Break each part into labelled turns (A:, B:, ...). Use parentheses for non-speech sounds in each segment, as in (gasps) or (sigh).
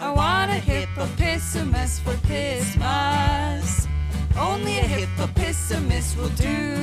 A: a hippopotamus for Pismas. Only a hippopotamus will do.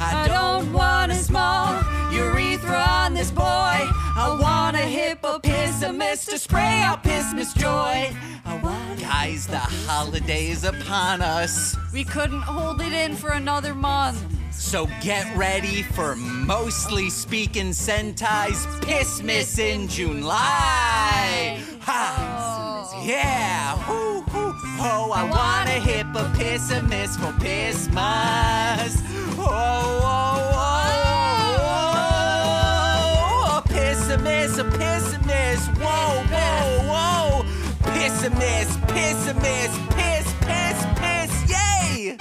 A: I don't want a small urethra on this boy. I want a hippopotamus to spray out Pismas joy. I want
B: Guys, the holiday's upon us.
A: We couldn't hold it in for another month.
B: So get ready for mostly speaking Sentai's Pissmas in July. Ha! Yeah! Hoo, hoo. Oh, I want a hippopotamus for Pissmas. Oh, oh, oh, oh, oh. Pissimus, a pissimus. Whoa, whoa, whoa. Pissimus, pissimus, piss, piss, piss. Yay!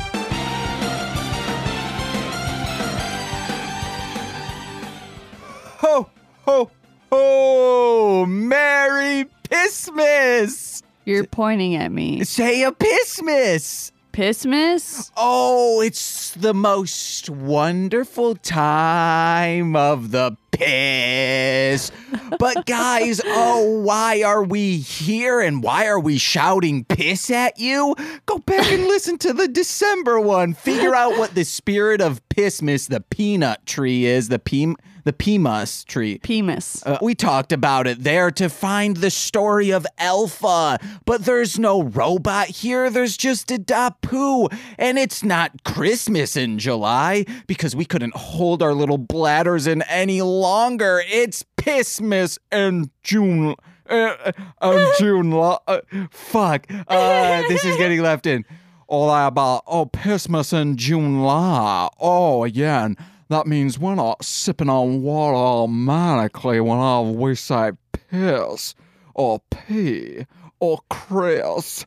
C: Ho, ho, ho! Merry Pissmas!
A: You're pointing at me.
C: Say a Pissmas!
A: Pismas?
C: Oh, it's the most wonderful time of the piss. But, guys, oh, why are we here and why are we shouting piss at you? Go back and listen to the December one. Figure out what the spirit of Pissmas, the peanut tree, is the, pe- the Pimas tree.
A: Penis.
C: Uh, we talked about it there to find the story of Alpha, but there's no robot here. There's just a Dapu. And it's not Christmas in July because we couldn't hold our little bladders in any longer. It's Pissmas in June. Uh, uh, June. lo- Uh, fuck. Uh, this is getting left in. All about, oh, Pissmas in June. La. Oh, yeah. and that means we're not sipping on water automatically whenever we say piss or pee or Chris.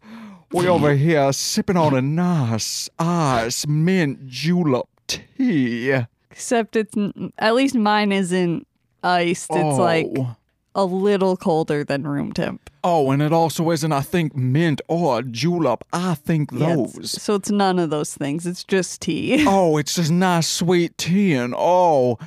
C: We over here sipping on a nice ice mint julep tea.
A: Except it's, n- at least mine isn't iced. It's like
C: Oh.
A: a little colder than room temp.
C: Oh, and it also isn't, I think, mint or julep. I think
A: Yeah, it's-
C: those.
A: so it's none of those things. It's just (laughs) tea.
C: Oh, it's just nice sweet tea and oh,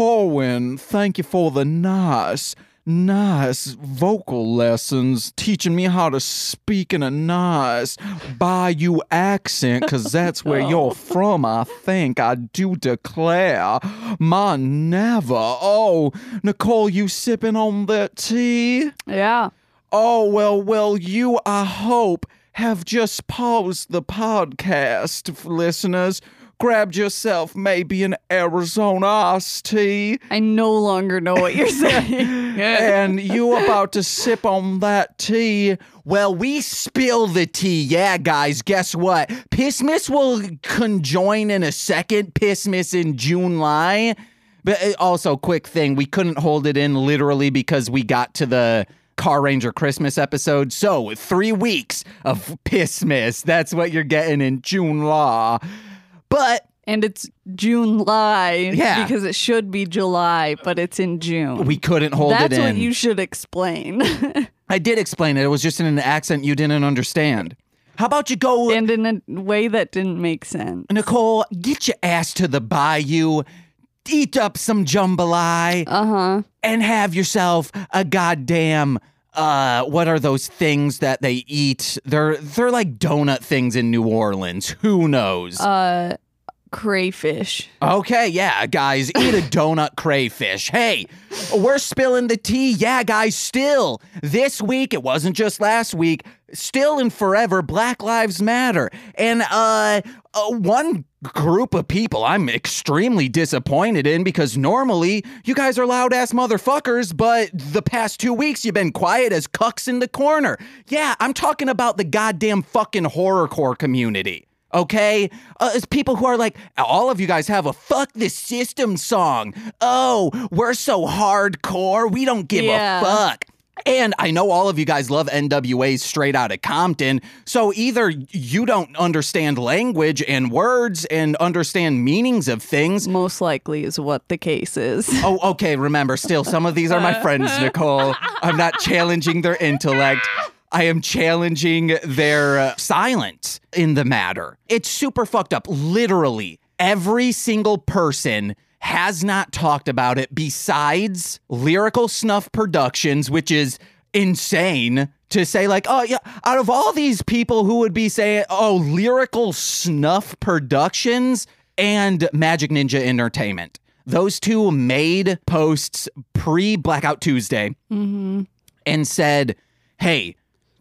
C: Corwin, thank you for the nice, nice vocal lessons, teaching me how to speak in a nice Bayou accent, because that's where you're from, I think. I do declare. My never. Oh, Nicole, you sipping on that tea?
A: yeah.
C: Oh, well, well, you, I hope, have just paused the podcast, f- listeners. Grabbed yourself maybe an Arizona iced tea,
A: I no longer know what you're (laughs) saying.
C: and you about to sip on that tea. Well, we spill the tea, yeah, guys. Guess what? Pissmas will conjoin in a second. Pissmas in July. But uh, also, quick thing, we couldn't hold it in literally because we got to the Car Ranger Christmas episode. So, three weeks of Pissmas. That's what you're getting in June Law. But
A: and it's June lie
C: Yeah.
A: because it should be July, but it's in June.
C: we couldn't hold it
A: That's
C: in.
A: what you should (laughs) explain.
C: I did explain it. It was just in an accent you didn't understand. How about you go
A: and in a way that didn't make sense.
C: Nicole, get your ass to the bayou, eat up some jambalaya,
A: Uh-huh.
C: and have yourself a goddamn uh what are those things that they eat? They're they're like donut things in New Orleans. Who knows?
A: Uh crayfish.
C: Okay, yeah, guys, eat a donut crayfish. Hey, we're spilling the tea. Yeah, guys, still. This week, it wasn't just last week, still and forever, Black Lives Matter. And uh, uh one group of people I'm extremely disappointed in because normally you guys are loud ass motherfuckers, but the past two weeks you've been quiet as cucks in the corner. Yeah, I'm talking about the goddamn fucking horrorcore community okay? Uh, it's people who are like, all of you guys have a fuck this system song. Oh, we're so hardcore, we don't give
A: Yeah.
C: a fuck. And I know all of you guys love NWA's straight out of Compton. So either you don't understand language and words and understand meanings of things.
A: Most likely is what the case is.
C: Oh, okay. Remember, still, some of these are my friends, Nicole. I'm not challenging their intellect. I am challenging their uh, silence in the matter. It's super fucked up. Literally, every single person has not talked about it besides Lyrical Snuff Productions, which is insane to say like oh yeah out of all these people who would be saying oh lyrical snuff productions and magic ninja entertainment those two made posts pre blackout tuesday and said hey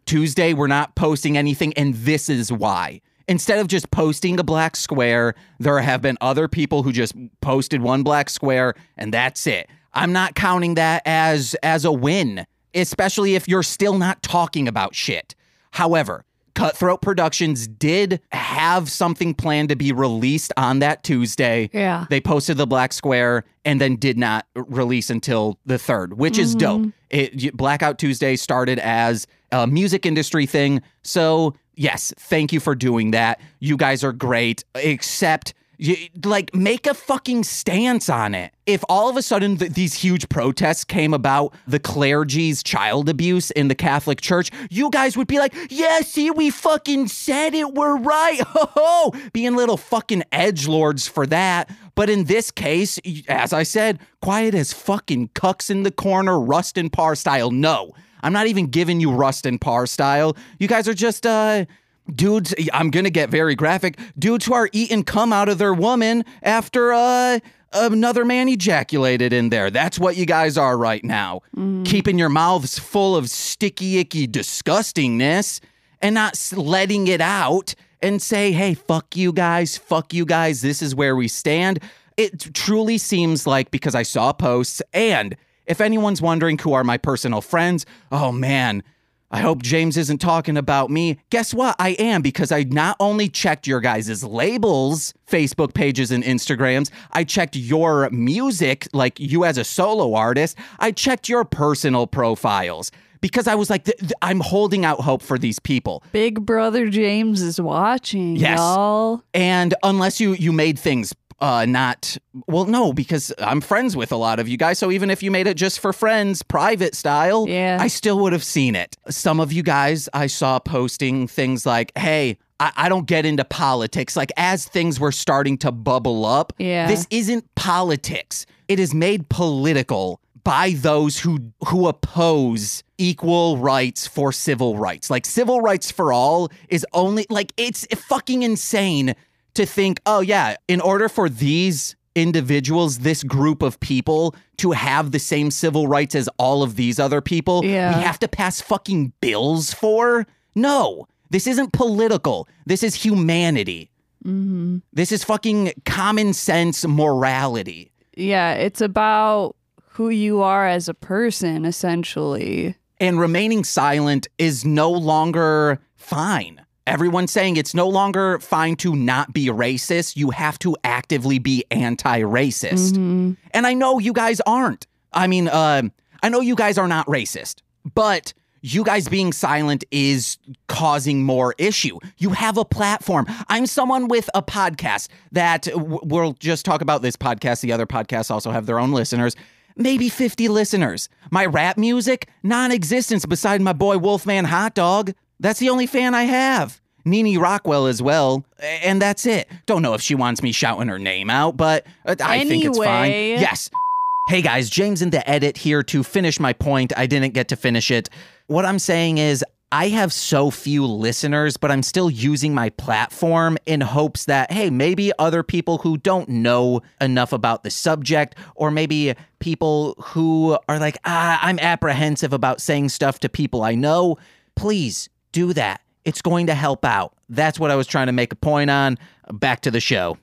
C: tuesday we're not posting anything and this is why instead of just posting a black square there have been other people who just posted one black square and that's it i'm not counting that as as a win especially if you're still not talking about shit. However, Cutthroat Productions did have something planned to be released on that Tuesday.
A: Yeah.
C: They posted the Black Square and then did not release until the 3rd, which is dope. It y- Blackout Tuesday started as a music industry thing. So, yes, thank you for doing that. You guys are great, except y like make a fucking stance on it. If all of a sudden th- these huge protests came about the clergy's child abuse in the Catholic Church, you guys would be like, "Yeah, see, we fucking said it. We're right." (laughs) Ho ho! Being little fucking edge lords for that. But in this case, y- as I said, quiet as fucking cucks in the corner, Rust and Par style. No, I'm not even giving you Rust and Par style. You guys are just uh dudes i'm gonna get very graphic dudes who are eating cum out of their woman after uh another man ejaculated in there that's what you guys are right now keeping your mouths full of sticky icky disgustingness and not s- letting it out and say hey fuck you guys fuck you guys this is where we stand it truly seems like because i saw posts and if anyone's wondering who are my personal friends oh man I hope James isn't talking about me. Guess what? I am because I not only checked your guys' labels, Facebook pages, and Instagrams, I checked your music, like you as a solo artist, I checked your personal profiles because I was like, th- th- I'm holding out hope for these people.
A: Big Brother James is watching,
C: Yes.
A: y'all.
C: And unless you you made things uh not well no because I'm friends with a lot of you guys so even if you made it just for friends private style
A: Yeah.
C: I still would have seen it. Some of you guys I saw posting things like hey I, I don't get into politics like as things were starting to bubble up
A: Yeah.
C: this isn't politics it is made political by those who who oppose equal rights for civil rights like civil rights for all is only like it's fucking insane to think oh yeah in order for these individuals this group of people to have the same civil rights as all of these other people
A: Yeah.
C: we have to pass fucking bills for no this isn't political this is humanity
A: Mm-hmm.
C: this is fucking common sense morality.
A: Yeah, it's about who you are as a person, essentially.
C: And remaining silent is no longer fine. Everyone's saying it's no longer fine to not be racist. You have to actively be anti racist. And I know you guys aren't. I mean, um, I know you guys are not racist, but you guys being silent is causing more issue. You have a platform. I'm someone with a podcast that w- we'll just talk about this podcast. The other podcasts also have their own listeners. Maybe 50 listeners. My rap music, non existence beside my boy Wolfman Hot Dog. That's the only fan I have. Nini Rockwell as well. A- And that's it. Don't know if she wants me shouting her name out, but uh, I think it's fine.
A: Anyway.
C: Yes. Hey guys, James in the edit here to finish my point. I didn't get to finish it. What I'm saying is, I have so few listeners, but I'm still using my platform in hopes that, hey, maybe other people who don't know enough about the subject, or maybe people who are like, ah, I'm apprehensive about saying stuff to people I know, please do that. It's going to help out. That's what I was trying to make a point on. Back to the show.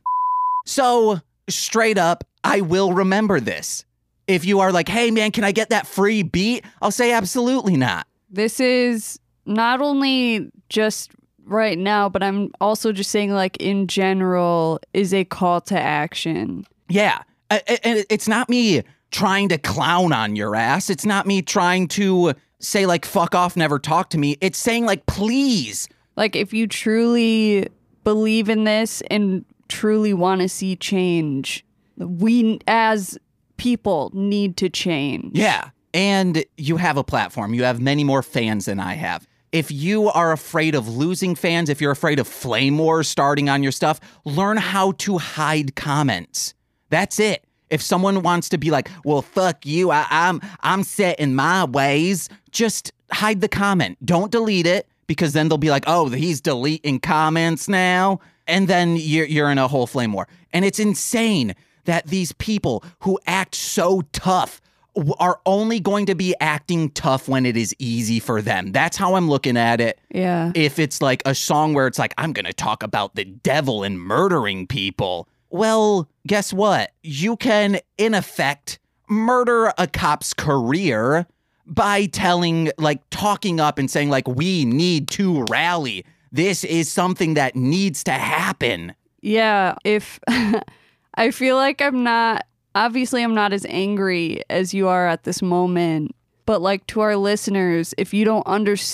C: So, straight up, I will remember this. If you are like, hey man, can I get that free beat? I'll say absolutely not.
A: This is not only just right now, but I'm also just saying, like, in general, is a call to action.
C: Yeah. I- I- And it's not me trying to clown on your ass. It's not me trying to say, like, fuck off, never talk to me. It's saying, like, please.
A: Like, if you truly believe in this and truly want to see change, we as people need to change.
C: Yeah. And you have a platform. You have many more fans than I have. If you are afraid of losing fans, if you're afraid of flame wars starting on your stuff, learn how to hide comments. That's it. If someone wants to be like, "Well, fuck you. I, I'm I'm set in my ways," just hide the comment. Don't delete it because then they'll be like, "Oh, he's deleting comments now," and then you're you're in a whole flame war. And it's insane that these people who act so tough w- are only going to be acting tough when it is easy for them. That's how I'm looking at it
A: Yeah.
C: if it's like a song where it's like, I'm going to talk about the devil and murdering people. Well, guess what? You can, in effect, murder a cop's career by telling, like, talking up and saying, like, we need to rally. This is something that needs to happen.
A: Yeah. If (laughs) I feel like I'm not, obviously, I'm not as angry as you are at this moment. But like to our listeners, if you don't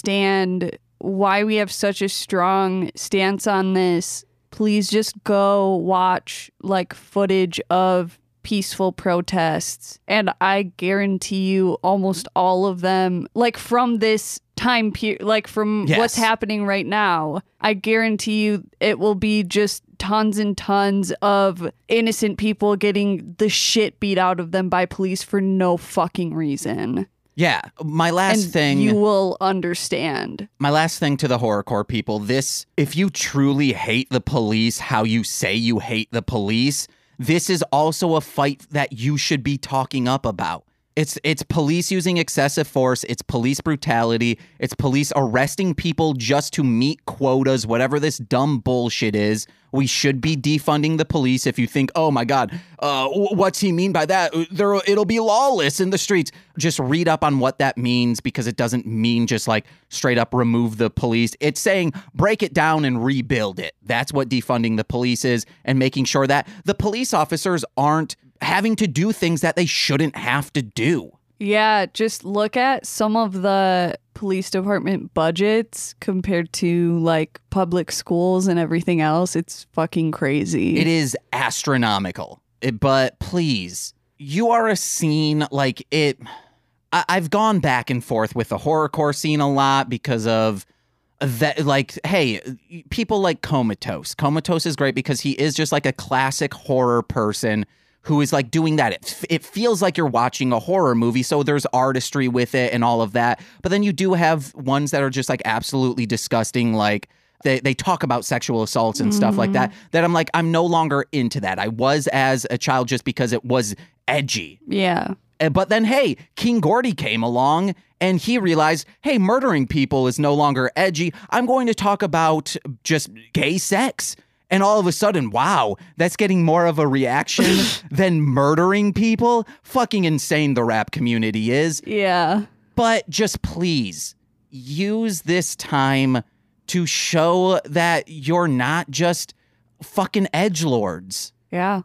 A: understand why we have such a strong stance on this, please just go watch like footage of peaceful protests. And I guarantee you, almost all of them, like from this time period, like from
C: Yes.
A: what's happening right now, I guarantee you it will be just tons and tons of innocent people getting the shit beat out of them by police for no fucking reason.
C: Yeah. My last
A: and
C: thing.
A: you will understand.
C: My last thing to the horrorcore people this if you truly hate the police, how you say you hate the police, this is also a fight that you should be talking up about. It's it's police using excessive force, it's police brutality, it's police arresting people just to meet quotas, whatever this dumb bullshit is. We should be defunding the police if you think, "Oh my god, uh wh- what's he mean by that? Uh, There it'll be lawless in the streets." Just read up on what that means because it doesn't mean just like straight up remove the police. It's saying break it down and rebuild it. That's what defunding the police is and making sure that the police officers aren't having to do things that they shouldn't have to do.
A: Yeah, just look at some of the police department budgets compared to like public schools and everything else. It's fucking crazy.
C: It is astronomical. It- but please, you are a scene like it. I, I've gone back and forth with the horrorcore scene a lot because of that. Like, hey, people like Comatose. Comatose is great because he is just like a classic horror person who is like doing that. It, f- it feels like you're watching a horror movie, so there's artistry with it and all of that. But then you do have ones that are just like absolutely disgusting, like they, they talk about sexual assaults and stuff like that that i'm like i'm no longer into that i was as a child just because it was edgy
A: Yeah.
C: Uh, but then hey king gordy came along and he realized hey murdering people is no longer edgy i'm going to talk about just gay sex and all of a sudden wow that's getting more of a reaction than murdering people fucking insane the rap community is
A: Yeah.
C: but just please use this time to show that you're not just fucking edge lords.
A: Yeah.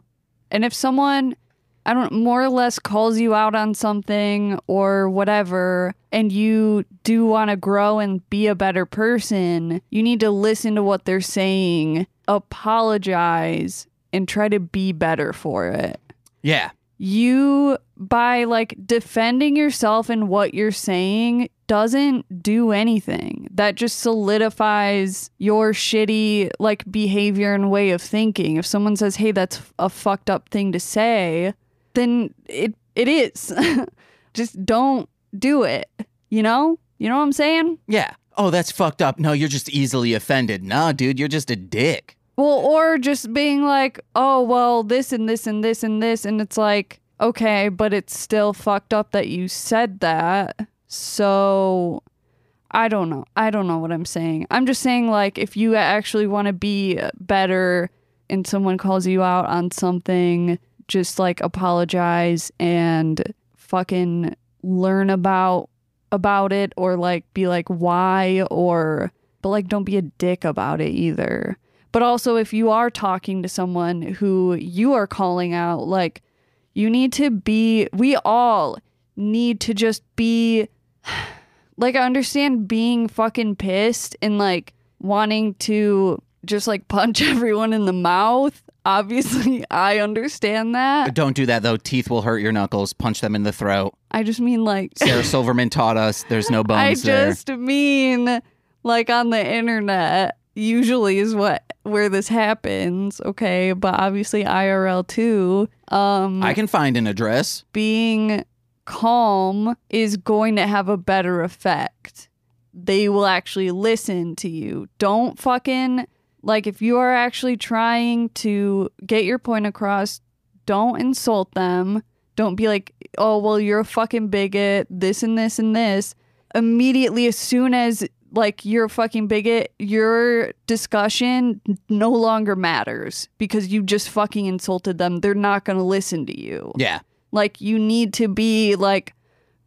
A: And if someone, I don't more or less calls you out on something or whatever, and you do want to grow and be a better person, you need to listen to what they're saying, apologize, and try to be better for it.
C: Yeah.
A: You, by like defending yourself and what you're saying, doesn't do anything. That just solidifies your shitty like behavior and way of thinking. If someone says, "Hey, that's a fucked up thing to say," then it it is. (laughs) just don't do it. You know? You know what I'm saying?
C: Yeah. Oh, that's fucked up. No, you're just easily offended. Nah, dude, you're just a dick.
A: Well, or just being like, oh, well, this and this and this and this. And it's like, okay, but it's still fucked up that you said that. So I don't know. I don't know what I'm saying. I'm just saying, like, if you actually want to be better and someone calls you out on something, just like apologize and fucking learn about about it or like be like why or but like don't be a dick about it either. But also, if you are talking to someone who you are calling out, like you need to be, we all need to just be (sighs) like, I understand being fucking pissed and like wanting to just like (laughs) punch everyone in the mouth. Obviously, I understand that.
C: Don't do that though. Teeth will hurt your knuckles. Punch them in the throat.
A: I just mean like, (laughs)
C: Sarah Silverman taught us there's no
A: I
C: bones there.
A: just mean like on the internet. usually is what where this happens, okay? But obviously IRL too. Um
C: I can find an address.
A: being calm is going to have a better effect. They will actually listen to you. Don't fucking like if you are actually trying to get your point across, don't insult them. Don't be like, "Oh, well, you're a fucking bigot, this and this and this." Immediately as soon as like you're a fucking bigot, your discussion no longer matters because you just fucking insulted them. They're not going to listen to you.
C: Yeah.
A: Like you need to be like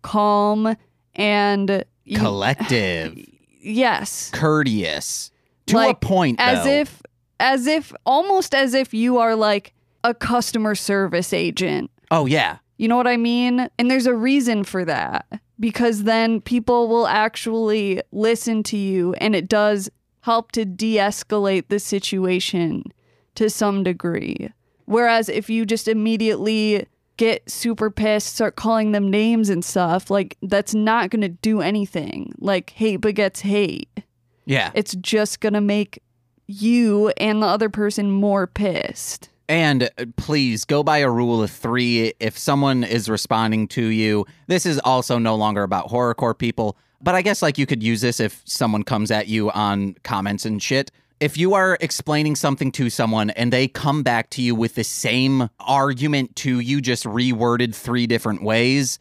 A: calm and you-
C: Collective.
A: (laughs) yes,
C: Courteous. To a
A: Like,
C: point.
A: as
C: though.
A: if as if almost as if you are like a customer service agent.
C: Oh yeah.
A: You know what I mean? And there's a reason for that because then people will actually listen to you and it does help to de-escalate the situation to some degree. Whereas if you just immediately get super pissed, start calling them names and stuff, like that's not going to do anything. Like hate begets hate.
C: Yeah.
A: It's just going to make you and the other person more pissed.
C: And uh, please go by a rule of three. If someone is responding to you, this is also no longer about horrorcore people, but I guess like you could use this if someone comes at you on comments and shit. If you are explaining something to someone and they come back to you with the same argument to you, just reworded three different ways,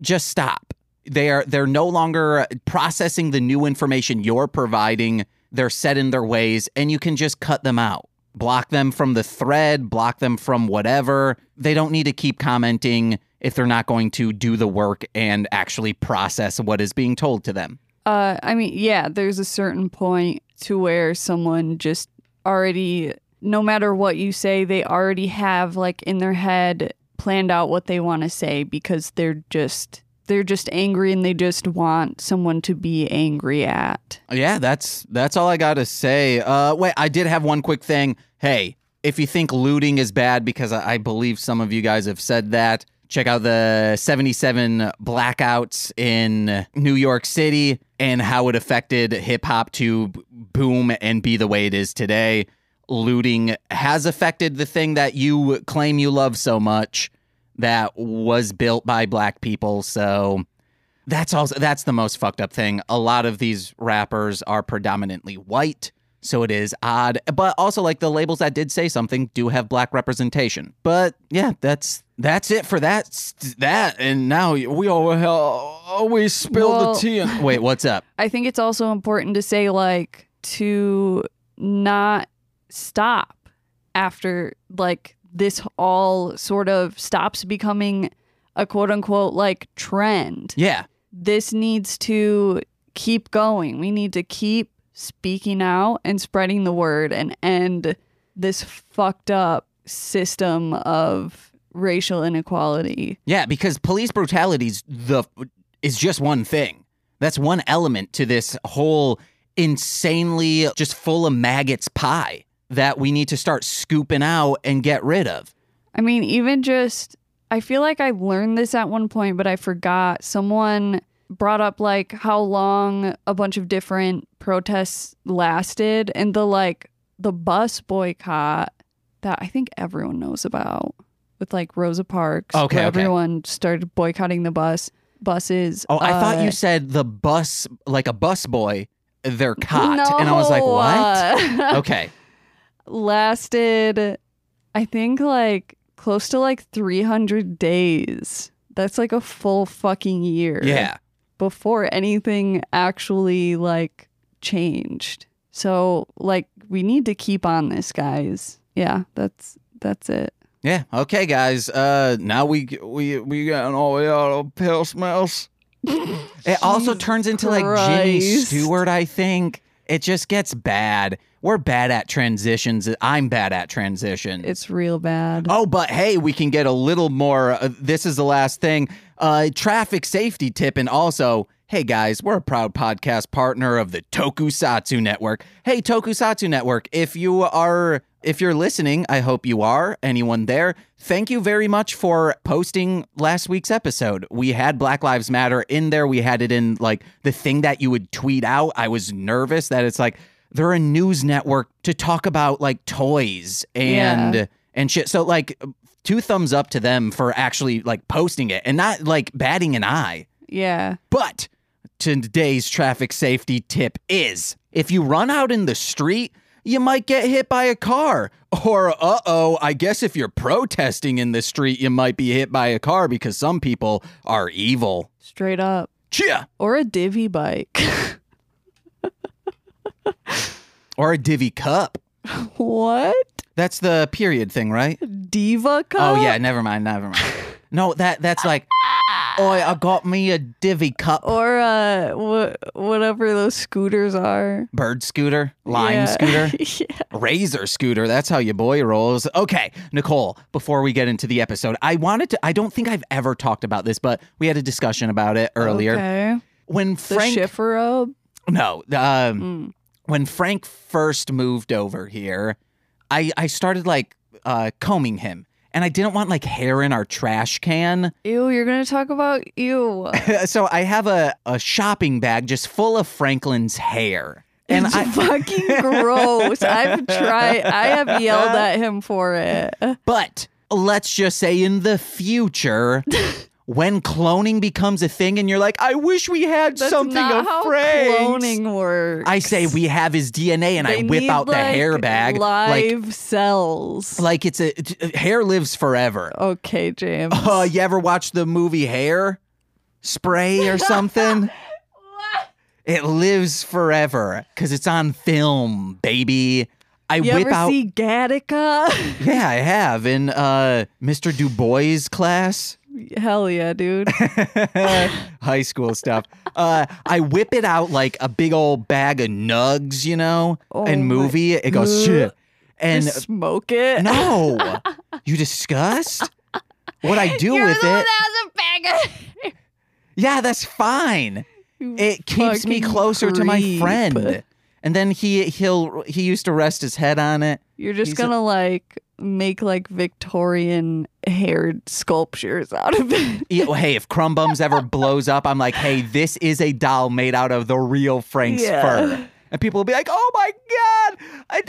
C: just stop. They are they're no longer processing the new information you're providing. They're set in their ways and you can just cut them out. Block them from the thread, block them from whatever. They don't need to keep commenting if they're not going to do the work and actually process what is being told to them.
A: Uh, I mean, yeah, there's a certain point to where someone just already, no matter what you say, they already have like in their head planned out what they want to say because they're just they're just angry and they just want someone to be angry at.
C: Yeah, that's that's all I got to say. Uh, wait, I did have one quick thing. Hey, if you think looting is bad, because I, I believe some of you guys have said that, check out the 77 blackouts in New York City and how it affected hip hop to b- boom and be the way it is today. Looting has affected the thing that you claim you love so much that was built by black people. So that's also that's the most fucked up thing. A lot of these rappers are predominantly white, so it is odd. But also like the labels that did say something do have black representation. But yeah, that's that's it for that s- that and now we all always spill
A: Well-
C: the tea. And, wait, what's up?
A: I think it's also important to say like to not stop after like this all sort of stops becoming a quote unquote like trend.
C: Yeah.
A: this needs to keep going. We need to keep speaking out and spreading the word and end this fucked up system of racial inequality.
C: Yeah, because police brutality's the is just one thing. That's one element to this whole insanely just full of maggots pie that we need to start scooping out and get rid of.
A: I mean, even just, I feel like I learned this at one point, but I forgot. Someone brought up like how long a bunch of different protests lasted and the like, the bus boycott that I think everyone knows about with like Rosa Parks.
C: Okay,
A: where
C: okay.
A: Everyone started boycotting the bus, buses.
C: Oh, I thought you
A: uh,
C: said the bus, like a bus boy, they're caught. and I was
A: Uh,
C: like,
A: no, (laughs)
C: what?
A: uh,
C: okay.
A: lasted I think like close to like 300 days. That's like a full fucking year.
C: Yeah.
A: Before anything actually like changed. So like we need to keep on this guys. Yeah, that's that's it.
C: Yeah. Okay, guys. Uh, now we we we got all the other pill smells. it also
A: Jesus
C: turns into like Jimmy
A: Christ.
C: Stewart. I think it just gets bad. We're bad at transitions. I'm bad at transitions.
A: It's real bad.
C: Oh, but hey, we can get a little more. Uh, this is the last thing. Uh, traffic safety tip, and also, hey guys, we're a proud podcast partner of the Tokusatsu Network. Hey, Tokusatsu Network, if you are. If you're listening, I hope you are. Anyone there, thank you very much for posting last week's episode. We had Black Lives Matter in there. We had it in like the thing that you would tweet out. I was nervous that it's like, they're a news network to talk about like toys and
A: Yeah.
C: and shit. So like two thumbs up to them for actually like posting it and not like batting an eye.
A: Yeah.
C: But today's traffic safety tip is if you run out in the street, you might get hit by a car. Or, uh oh, I guess if you're protesting in the street, you might be hit by a car because some people are evil.
A: Straight up.
C: Chia!
A: Or a divvy bike. (laughs)
C: Or a divvy cup.
A: what?
C: That's the period thing, right?
A: Diva cup?
C: Oh, yeah, never mind, never mind. No, that that's like, oi, I got me a divvy cup.
A: Or uh, wha- whatever those scooters are.
C: Bird scooter,
A: (laughs)
C: lime
A: Yeah.
C: scooter.
A: yeah.
C: Razor scooter. That's how your boy rolls. Okay, Nicole, before we get into the episode, I wanted to, I don't think I've ever talked about this, but we had a discussion about it earlier.
A: Okay.
C: When
A: The Mm.
C: Frank,
A: Schiffer robe.
C: no, um, when Frank first moved over here, I, I started like uh, combing him. And I didn't want like hair in our trash can. (laughs)
A: Ew, you're going to talk about ew.
C: so I have a, a shopping bag just full of Franklin's hair. (laughs) And
A: (laughs) it's
C: I, (laughs)
A: fucking gross. I've tried. I have yelled at him for it.
C: But let's just say in the
A: (laughs)
C: future, when cloning becomes a thing and you're like, I wish we had
A: That's
C: something
A: not
C: of
A: how
C: Frank's."
A: cloning works.
C: I say we have his DNA and I
A: They
C: whip
A: need,
C: out the
A: like,
C: hair bag. Like,
A: Live cells.
C: like it's a t- hair lives forever.
A: okay, James.
C: Uh, you ever watch the movie Hair
A: (laughs)
C: Spray or something? it lives forever because it's on film, baby. I
A: you
C: whip
A: ever
C: out.
A: see Gattaca? (laughs)
C: yeah, I have in uh, Mr. Du Bois class.
A: Hell yeah, dude.
C: high school stuff. Uh, I whip it out like a big old bag of nugs, you know,
A: Oh
C: and
A: my-
C: movie. It It goes
A: Ugh.
C: shit, (laughs) and
A: Just smoke it.
C: (laughs) no, you disgust. What I do
A: You're
C: with
A: the one
C: it,
A: that has a bag of-
C: yeah, that's fine.
A: You
C: (laughs) It keeps me
A: fucking
C: closer to my
A: creep.
C: friend. And then he he'll he used to rest his head on it.
A: You're just
C: He's a-
A: gonna like make like Victorian haired sculptures out of it.
C: Yeah, well, E, oh, hey, if Crumb Bums ever blows up, I'm like, hey, this is a doll made out of the real Frank's
A: Yeah.
C: fur. And people will be like, oh my God, I,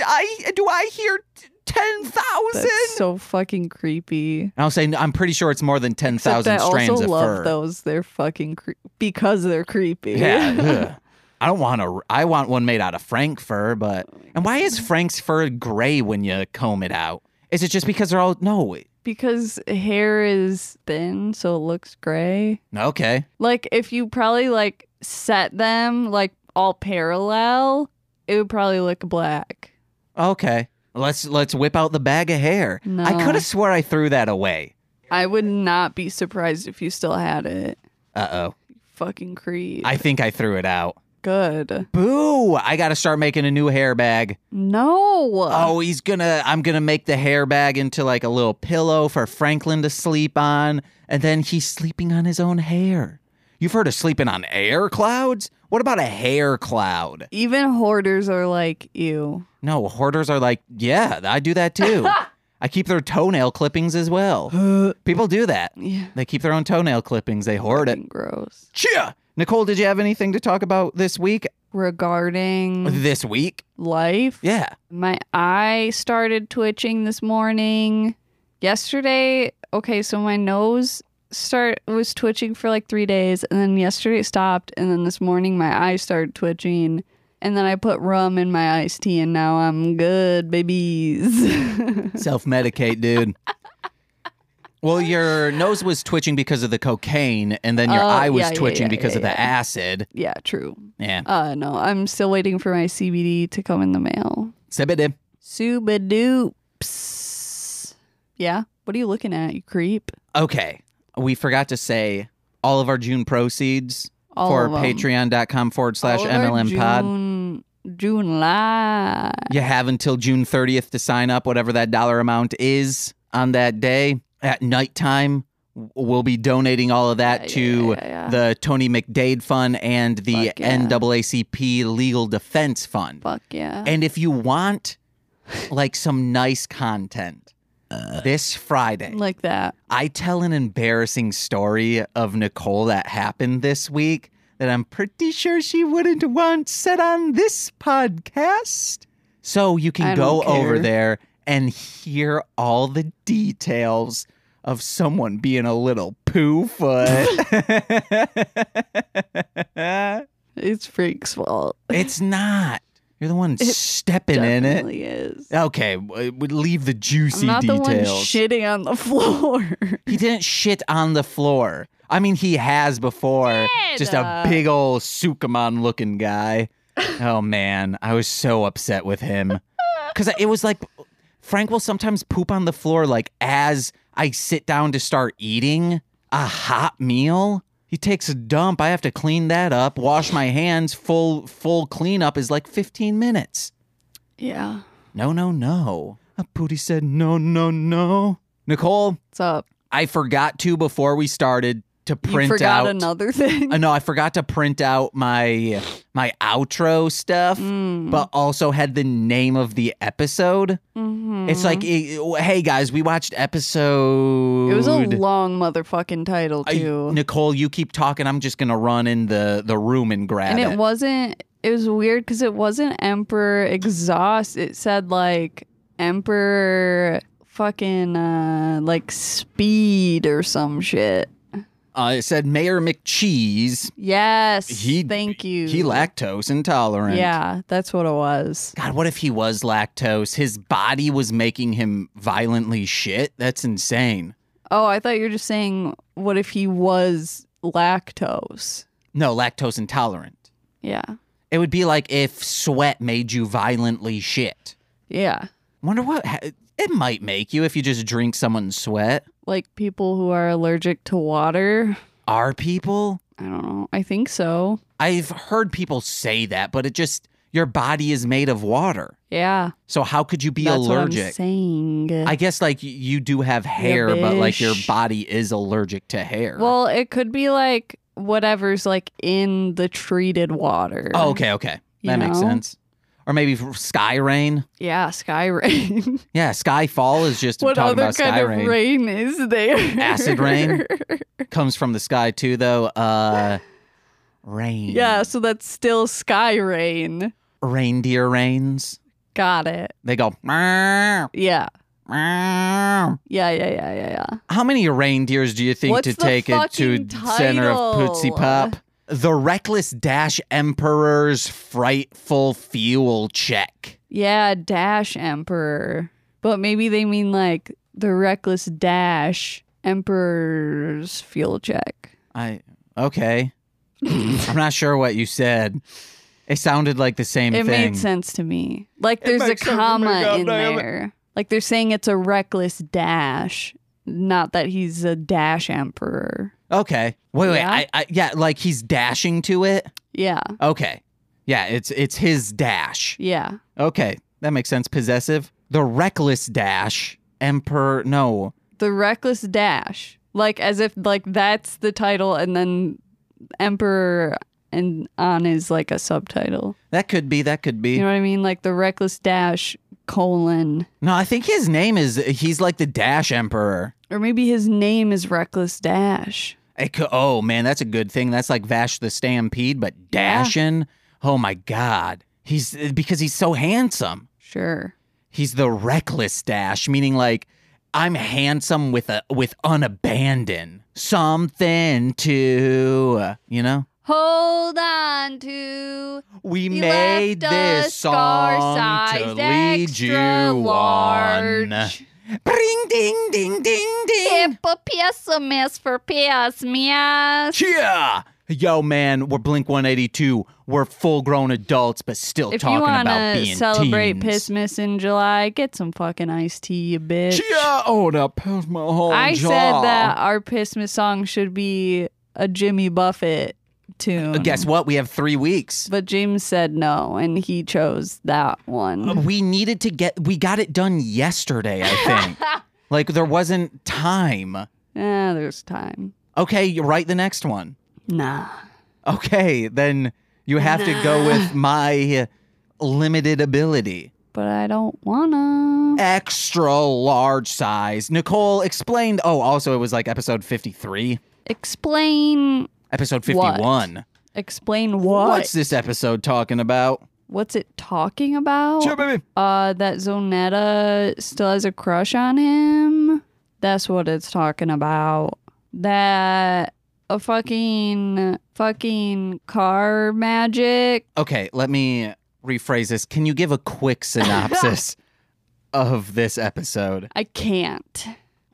C: I- do I hear t- 10,000?
A: That's so fucking creepy.
C: And I'll say, "No, I'm pretty sure it's more than
A: Except
C: 10,000
A: I also
C: strands of
A: love
C: fur.
A: those. They're fucking cre- because they're creepy.
C: (laughs)
A: (laughs)
C: Yeah. ugh. I don't want a, I want one made out of Frank fur, but. And why is Frank's fur gray when you comb it out? Is it just because they're all. No. it-
A: because hair is thin, so it looks gray.
C: Okay.
A: Like if you probably like set them like all parallel, it would probably look black.
C: Okay. Let's let's whip out the bag of hair. I
A: No.
C: could have swore I threw that away.
A: I would not be surprised if you still had it.
C: Uh oh.
A: Fucking creep.
C: I think I threw it out.
A: Good.
C: Boo! I gotta start making a new hair bag.
A: No.
C: Oh, he's gonna. I'm gonna make the hair bag into like a little pillow for Franklin to sleep on, and then he's sleeping on his own hair. You've heard of sleeping on air clouds? What about a hair cloud?
A: Even hoarders are like you.
C: No, hoarders are like, yeah, I do that too. I keep their toenail clippings as well.
A: yeah.
C: People do that. They keep their own toenail clippings. They hoard it.
A: Fucking gross.
C: Chia! Nicole, did you have anything to talk about this week?
A: Regarding
C: This week?
A: life,
C: Yeah.
A: my eye started twitching this morning. Yesterday, okay, so my nose start was twitching for like 3 days and then yesterday it stopped and then this morning my eye started twitching and then I put rum in my iced tea and now I'm good, babies. (laughs)
C: Self medicate, dude. Well, your nose was twitching because of the cocaine, and then your
A: Oh,
C: eye was
A: yeah, yeah,
C: twitching
A: yeah,
C: because
A: yeah,
C: of the
A: yeah.
C: acid.
A: yeah, true.
C: Yeah.
A: Uh no, I'm still waiting for my CBD to come in the mail.
C: CBD.
A: Subadoops. Yeah. What are you looking at, you creep?
C: Okay. We forgot to say all of our June proceeds
A: All
C: for
A: of 'em.
C: patreon.com forward slash
A: All of our
C: MLM pod.
A: June, June live.
C: You have until June 30th to sign up, whatever that dollar amount is on that day. At nighttime, w- we'll be donating all of that
A: Yeah,
C: to
A: yeah, yeah, yeah.
C: the Tony McDade Fund and the
A: Fuck yeah.
C: NAACP Legal Defense Fund.
A: Fuck yeah.
C: And if you want like some nice content this Friday,
A: like that.
C: I tell an embarrassing story of Nicole that happened this week that I'm pretty sure she wouldn't want said on this podcast. So you
A: I
C: can
A: don't
C: go over
A: care.
C: there and hear all the details of someone being a little
A: (laughs)
C: poo foot. (laughs)
A: It's Frank's fault.
C: it's not. You're the one stepping in it.
A: Definitely is.
C: Okay, w- uh, we leave the juicy
A: I'm not
C: details.
A: the one shitting on the (laughs) floor.
C: He didn't shit on the floor. I mean, he has before. Just
A: uh,
C: a big old Sukumon
A: (laughs)
C: looking guy. oh man, I was so upset with him because it was like Frank will sometimes poop on the floor like as I sit down to start eating a hot meal. He takes a dump. I have to clean that up, wash my hands. Full full cleanup is like 15 minutes.
A: yeah.
C: No, no, no. A booty said no, no, no. Nicole,
A: What's up?
C: I forgot to before we started to print
A: you forgot
C: out.
A: another thing.
C: Uh, no, I forgot to print out my my outro stuff,
A: Mm-hmm. Mm,
C: but also had the name of the episode.
A: Mhm.
C: It's like, eh, hey guys, we watched episode.
A: mm-hmm. It was a long motherfucking title
C: I-
A: too.
C: Nicole, you keep talking. I'm just gonna run in the the room and grab
A: and it wasn't it was weird because it wasn't emperor exhaust it said like emperor fucking uh like speed or some shit
C: Uh, it said Mayor McCheese.
A: yes
C: He
A: thank you
C: He lactose intolerant.
A: yeah that's what it was
C: God, what if he was lactose? His body was making him violently shit. That's insane.
A: oh i thought you were just saying what if he was lactose
C: No, lactose intolerant.
A: yeah
C: It would be like if sweat made you violently shit.
A: yeah
C: Wonder what ha- it might make you if you just drink someone's sweat.
A: like people who are allergic to water
C: Are people?
A: i don't know i think so
C: I've heard people say that, but it just your body is made of water.
A: yeah
C: So how could you be
A: that's what i'm
C: allergic?
A: saying
C: I guess like y- you do have hair, but like your
A: bitch.
C: body is allergic to hair.
A: Well, it could be like whatever's like in the treated water.
C: oh, okay, okay,
A: You
C: that makes
A: know?
C: sense. Or maybe f- sky rain.
A: Yeah, sky rain. (laughs)
C: Yeah, skyfall is just
A: what
C: talking
A: other
C: about
A: kind
C: sky
A: of
C: rain.
A: rain. is there?
C: Acid
A: (laughs)
C: rain? Comes from the sky too, though. Uh, rain.
A: yeah, so that's still sky rain.
C: reindeer reins.
A: Got it.
C: They go. "Meow,
A: Yeah.
C: meow."
A: Yeah, yeah, yeah, yeah, yeah.
C: How many reindeers do you think
A: What's
C: to
A: the
C: take it to
A: fucking
C: center of
A: title?
C: Pootsie Pop? The reckless dash emperor's frightful fuel check.
A: Yeah, dash emperor. But maybe they mean like the reckless dash emperor's fuel check.
C: I
A: (laughs)
C: okay. I'm not sure what you said. It sounded like the same
A: it
C: thing.
A: made sense to me. Like
C: It
A: there's a
C: makes sense Oh to me,
A: comma in
C: goddamn it.
A: there. Like they're saying it's a reckless dash, not that he's a dash emperor.
C: Okay. Wait, wait.
A: Yeah?
C: I, I yeah, like he's dashing to it.
A: Yeah,
C: Okay. Yeah, it's it's his dash.
A: yeah.
C: Okay, that makes sense. Possessive. The reckless dash. Emperor. No.
A: The reckless dash, like as if like that's the title, and then emperor and on is like a subtitle.
C: That could be. That could be.
A: You know what I mean? Like the reckless dash colon,
C: no, I think his name is. He's like the dash emperor.
A: or maybe his name is reckless dash.
C: It could, oh man, that's a good thing. That's like Vash the Stampede, but dashing. Oh my god. He's because he's so handsome.
A: Sure.
C: He's the reckless dash, meaning like I'm handsome with a with unabandon. Something to you know.
A: Hold on to
C: We
A: He
C: made
A: left
C: this
A: us scar
C: song to
A: sized
C: lead you
A: extra
C: on.
A: large.
C: Bring ding ding ding ding.
A: Hippo pessimist for pessimist.
C: Yeah. Yo, man, we're Blink 182. We're full grown adults, but still
A: If you
C: talking
A: want
C: about
A: to
C: being
A: celebrate
C: teens.
A: Pissmas in July, get some fucking iced tea, you bitch.
C: Yeah. Oh, now pound my whole
A: I
C: jaw.
A: said that our Pissmas song should be a Jimmy Buffett tune.
C: Guess what? We have three weeks.
A: But James said no, and he chose that one.
C: We needed to get, we got it done yesterday, I
A: (laughs)
C: think. like, there wasn't time.
A: Eh, there's time.
C: Okay, you write the next one.
A: Nah.
C: Okay, then you have to go with my limited ability.
A: But I don't wanna.
C: Extra large size. Nicole explained. Oh, also, it was like episode 53,
A: Explain
C: episode
A: What?
C: 51.
A: Explain what?
C: What's this episode talking about?
A: What's it talking about?
C: baby.
A: Uh, that Zonetta still has a crush on him. That's what it's talking about. That a fucking fucking car magic.
C: Okay, let me rephrase this. Can you give a
A: (laughs)
C: quick synopsis of this episode?
A: I can't.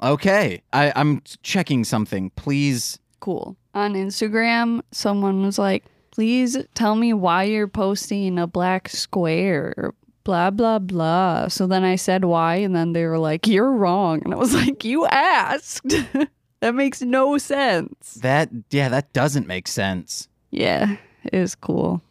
C: Okay, I, I'm checking something. Please.
A: Cool. On Instagram, someone was like, "Please tell me why you're posting a black square." Blah blah blah. So then I said why, and then they were like, "You're wrong," and I was (laughs) like, "You asked." (laughs) that makes no sense.
C: That, yeah, that doesn't make sense.
A: Yeah, it was cool.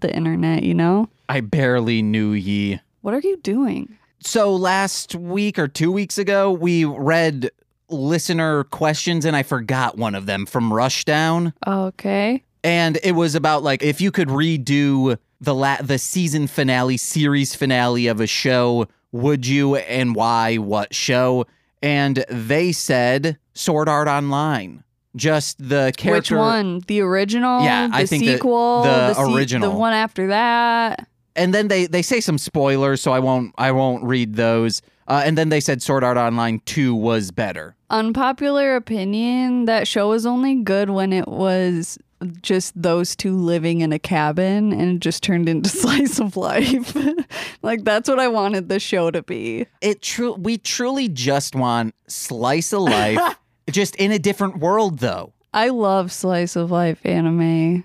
A: The internet, you know?
C: I barely knew ye.
A: What are you doing?
C: So last week or two weeks ago, we read listener questions and I forgot one of them from Rushdown.
A: Okay.
C: and it was about like if you could redo the la- the season finale series finale of a show would you and why what show and they said sword art online just the
A: Which
C: character
A: one? The original?
C: Yeah,
A: the
C: I think the-
A: sequel,
C: the
A: se-
C: original.
A: the one after that.
C: and then they they say some spoilers so i won't i won't read those uh, and then they said sword art online 2 was better
A: Unpopular opinion that show was only good when it was just those two living in a cabin and it just turned into (laughs) slice of life. (laughs) like that's what I wanted the show to be.
C: it true we truly just want slice of life just in a different world though
A: I love slice of life anime.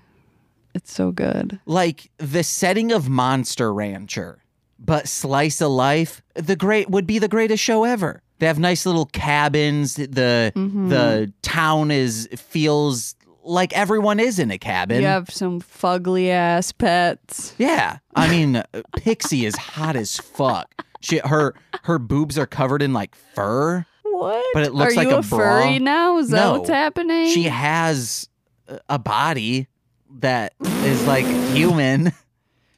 A: It's so good.
C: like the setting of Monster Rancher, but Slice of Life, the great would be the greatest show ever. They have nice little cabins. The the town is feels like everyone is in a cabin.
A: You have some fugly ass pets.
C: Yeah. I mean, Pixie is hot as fuck. She her her boobs are covered in like fur.
A: What?
C: But it looks
A: Are
C: like
A: you
C: a
A: a, furry
C: bra.
A: now? Is that
C: No.
A: what's happening?
C: She has a body that is like human.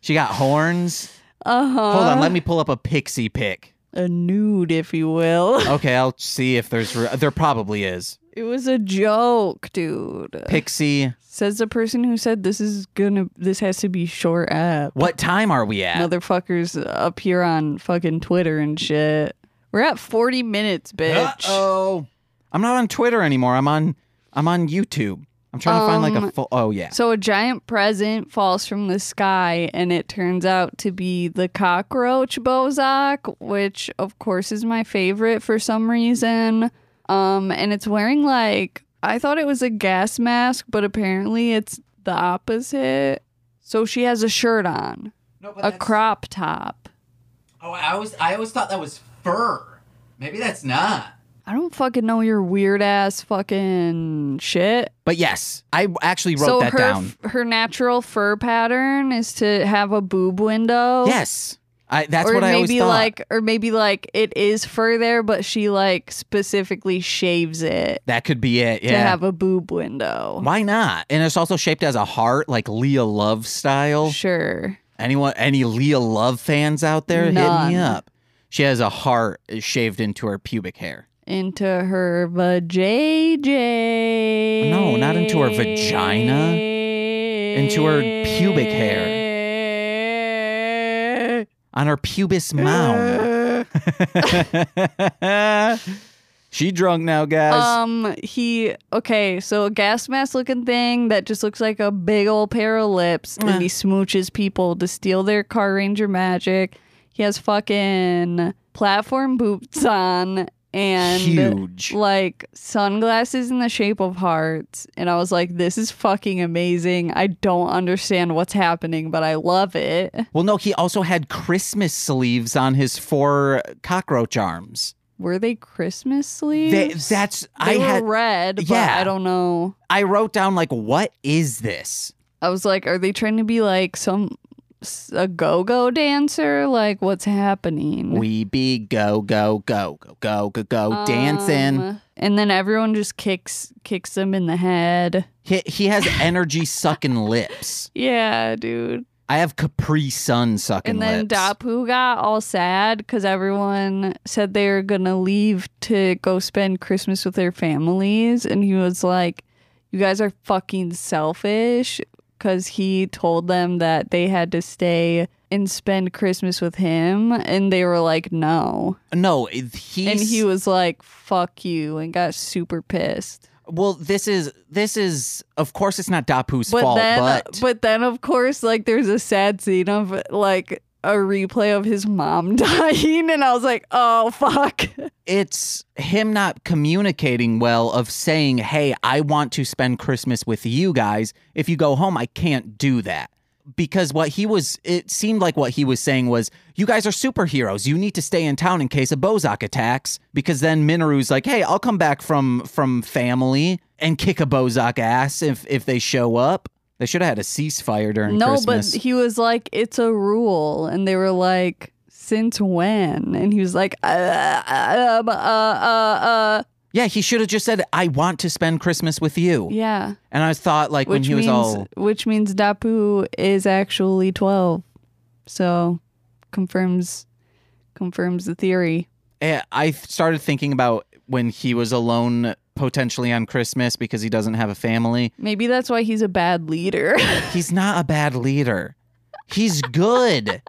C: She got horns.
A: uh-huh.
C: Hold on, let me pull up a pixie pic.
A: A nude, if you will. (laughs)
C: Okay, I'll see if there's. Re- there probably is.
A: It was a joke, dude.
C: Pixie,
A: Says the person who said this is gonna, this has to be short up.
C: what time are we at?
A: Motherfuckers up here on fucking Twitter and shit. We're at 40 minutes, bitch.
C: Oh, I'm not on Twitter anymore. I'm on. I'm on YouTube. I'm trying to find
A: Um,
C: like a full. Oh yeah.
A: So a giant present falls from the sky, and it turns out to be the cockroach Bozak, which of course is my favorite for some reason. Um, and it's wearing like I thought it was a gas mask, but apparently it's the opposite. So she has a shirt on,
C: No,
A: a crop top.
C: Oh, I always. I always thought that was fur. Maybe that's not.
A: I don't fucking know your weird ass fucking shit.
C: But yes, I actually wrote
A: so
C: that
A: her
C: down.
A: her natural fur pattern is to have a boob window.
C: Yes, I. That's
A: or
C: what I always
A: maybe
C: thought.
A: like or maybe like it is fur there but she like specifically shaves it
C: that could be it. Yeah.
A: to have a boob window
C: Why not? And it's also shaped as a heart, like Leah Love style.
A: sure
C: Anyone, any Leah Love fans out there, hit
A: None.
C: me up. She has a heart shaved into her pubic hair.
A: into her vajayjay
C: No, not into her vagina. Into her pubic
A: (laughs) hair
C: On her
A: Eh.
C: pubis
A: (laughs)
C: mound. (laughs) she drunk now, guys.
A: um he okay so a gas mask looking thing that just looks like a big old pair of lips
C: Mwah.
A: and he smooches people to steal their car ranger magic he has fucking platform boots on and
C: Huge.
A: like sunglasses in the shape of hearts and i was like this is fucking amazing i don't understand what's happening but i love it
C: Well, no, he also had Christmas sleeves on his four cockroach arms.
A: were they christmas
C: They,
A: sleeves
C: that's I
A: they were
C: had.
A: red but
C: Yeah.
A: i don't know
C: I wrote down like, what is this?
A: I was like, are they trying to be like some a go-go dancer? Like, what's happening?
C: We be go go go go go go go dancing.
A: Um, and then everyone just kicks kicks them in the head.
C: He, he has
A: (laughs)
C: energy sucking lips.
A: Yeah, dude.
C: I have Capri Sun sucking
A: And then
C: lips.
A: Dapu got all sad because everyone said they were gonna leave to go spend Christmas with their families, and he was like, "You guys are fucking selfish." because he told them that they had to stay and spend Christmas with him, and they were like, no.
C: No, he
A: and he was like, fuck you, and got super pissed.
C: Well, this is this is of course it's not Dapu's
A: But
C: fault,
A: then,
C: but
A: then of course, like there's a sad scene of like a replay of his mom (laughs) dying, and I was like, oh fuck.
C: it's him not communicating well of saying, "Hey, I want to spend Christmas with you guys. If you go home, I can't do that." Because what he was it seemed like what he was saying was, "You guys are superheroes. You need to stay in town in case a Bozak attacks." Because then Minoru's like, "Hey, I'll come back from from family and kick a Bozak ass if if they show up." They should have had a ceasefire during
A: no,
C: Christmas.
A: but he was like, it's a rule, and they were like, since when? And he was like, uh, uh, um, uh, uh, uh,
C: yeah, he should have just said, "I want to spend Christmas with you."
A: yeah.
C: And I thought, like, when
A: Which
C: he was
A: means
C: all
A: which means Dapu is actually twelve, so confirms confirms the theory.
C: Eh, I th- started thinking about when he was alone potentially on Christmas because he doesn't have a family.
A: Maybe that's why he's a bad leader. (laughs)
C: He's not a bad leader. He's good.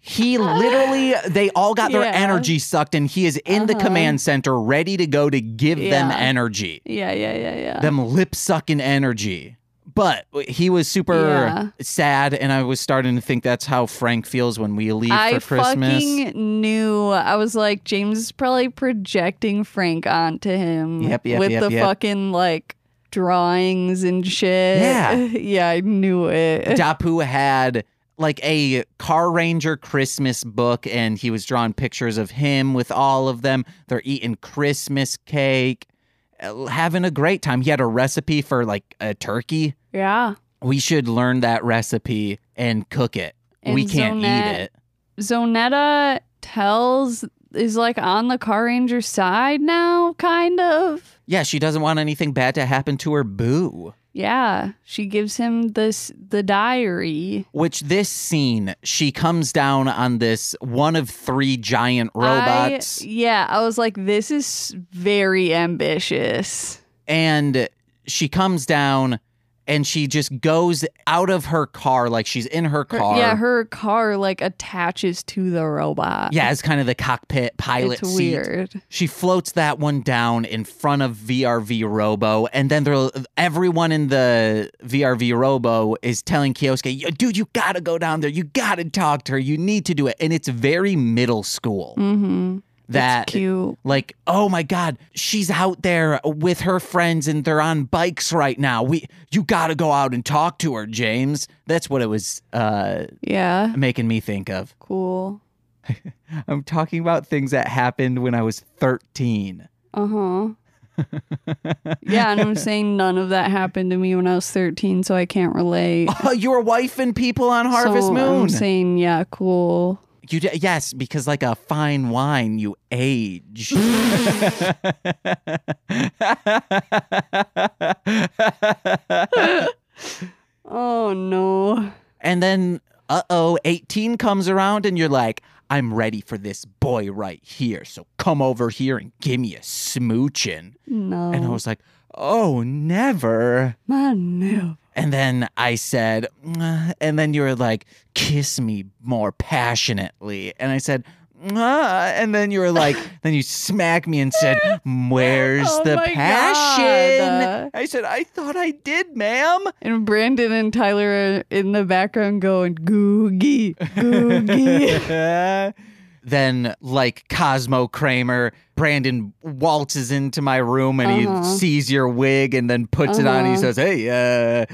C: He literally, they all got their
A: Yeah.
C: energy sucked, and he is in the
A: Uh-huh.
C: command center ready to go to give them
A: Yeah.
C: energy,
A: yeah, yeah, yeah, yeah.
C: them lip sucking energy. But he was super
A: Yeah.
C: sad, and I was starting to think that's how Frank feels when we leave
A: I
C: for Christmas.
A: fucking knew. I was like, James is probably projecting Frank onto him
C: Yep, yep,
A: with
C: yep,
A: the
C: yep.
A: fucking like drawings and shit. (laughs)
C: Yeah.
A: yeah, I knew it.
C: (laughs) Dapu had like a Car Ranger Christmas book, and he was drawing pictures of him with all of them. They're eating Christmas cake, uh, having a great time. He had a recipe for like a turkey.
A: yeah.
C: We should learn that recipe and cook it. we
A: And
C: can't
A: Zonette-
C: eat it.
A: Zonetta tells is like on the Car Ranger side now, kind of.
C: Yeah, she doesn't want anything bad to happen to her boo.
A: Yeah, she gives him this the diary.
C: Which this scene, she comes down on this one of three giant
A: I-
C: robots.
A: yeah, I was like, this is very ambitious.
C: and she comes down and she just goes out of her car like she's in her
A: Her-
C: car
A: yeah, her car like attaches to the robot.
C: yeah it's kind of the cockpit pilot
A: it's
C: seat
A: weird.
C: she floats that one down in front of vrv robo and then there everyone in the vrv robo is telling kioska "Yo, dude you gotta go down there you gotta talk to her you need to do it and it's very middle school
A: Mm-hmm.
C: that
A: it's cute.
C: like oh my god she's out there with her friends and they're on bikes right now we you gotta go out and talk to her james that's what it was uh
A: Yeah,
C: making me think of
A: cool.
C: i'm talking about things that happened when i was 13
A: Uh huh. yeah, and I'm saying none of that happened to me when I was 13, so I can't relate.
C: oh you were wifing people on harvest
A: So
C: moon
A: I'm saying yeah, cool.
C: you d- yes because like a fine wine you
A: (laughs)
C: age (laughs)
A: Oh no.
C: And then, uh oh, 18 comes around and you're like, I'm ready for this boy right here. So come over here and give me a smoochin'.
A: No.
C: And I was like, oh, never.
A: Man, no.
C: And then I said, "Mwah." and then you were like, kiss me more passionately. And I said, "Mwah." and then you were
A: (laughs)
C: like, then you smacked me and said, where's
A: Oh
C: the
A: my
C: passion?
A: God.
C: I said, I thought I did, ma'am.
A: And Brandon and Tyler are in the background going
C: (laughs)
A: googie, googie.
C: then like Cosmo Kramer, Brandon waltzes into my room and
A: Uh-huh.
C: he sees your wig and then puts it on. And he
A: Uh-huh.
C: says, "Hey, uh,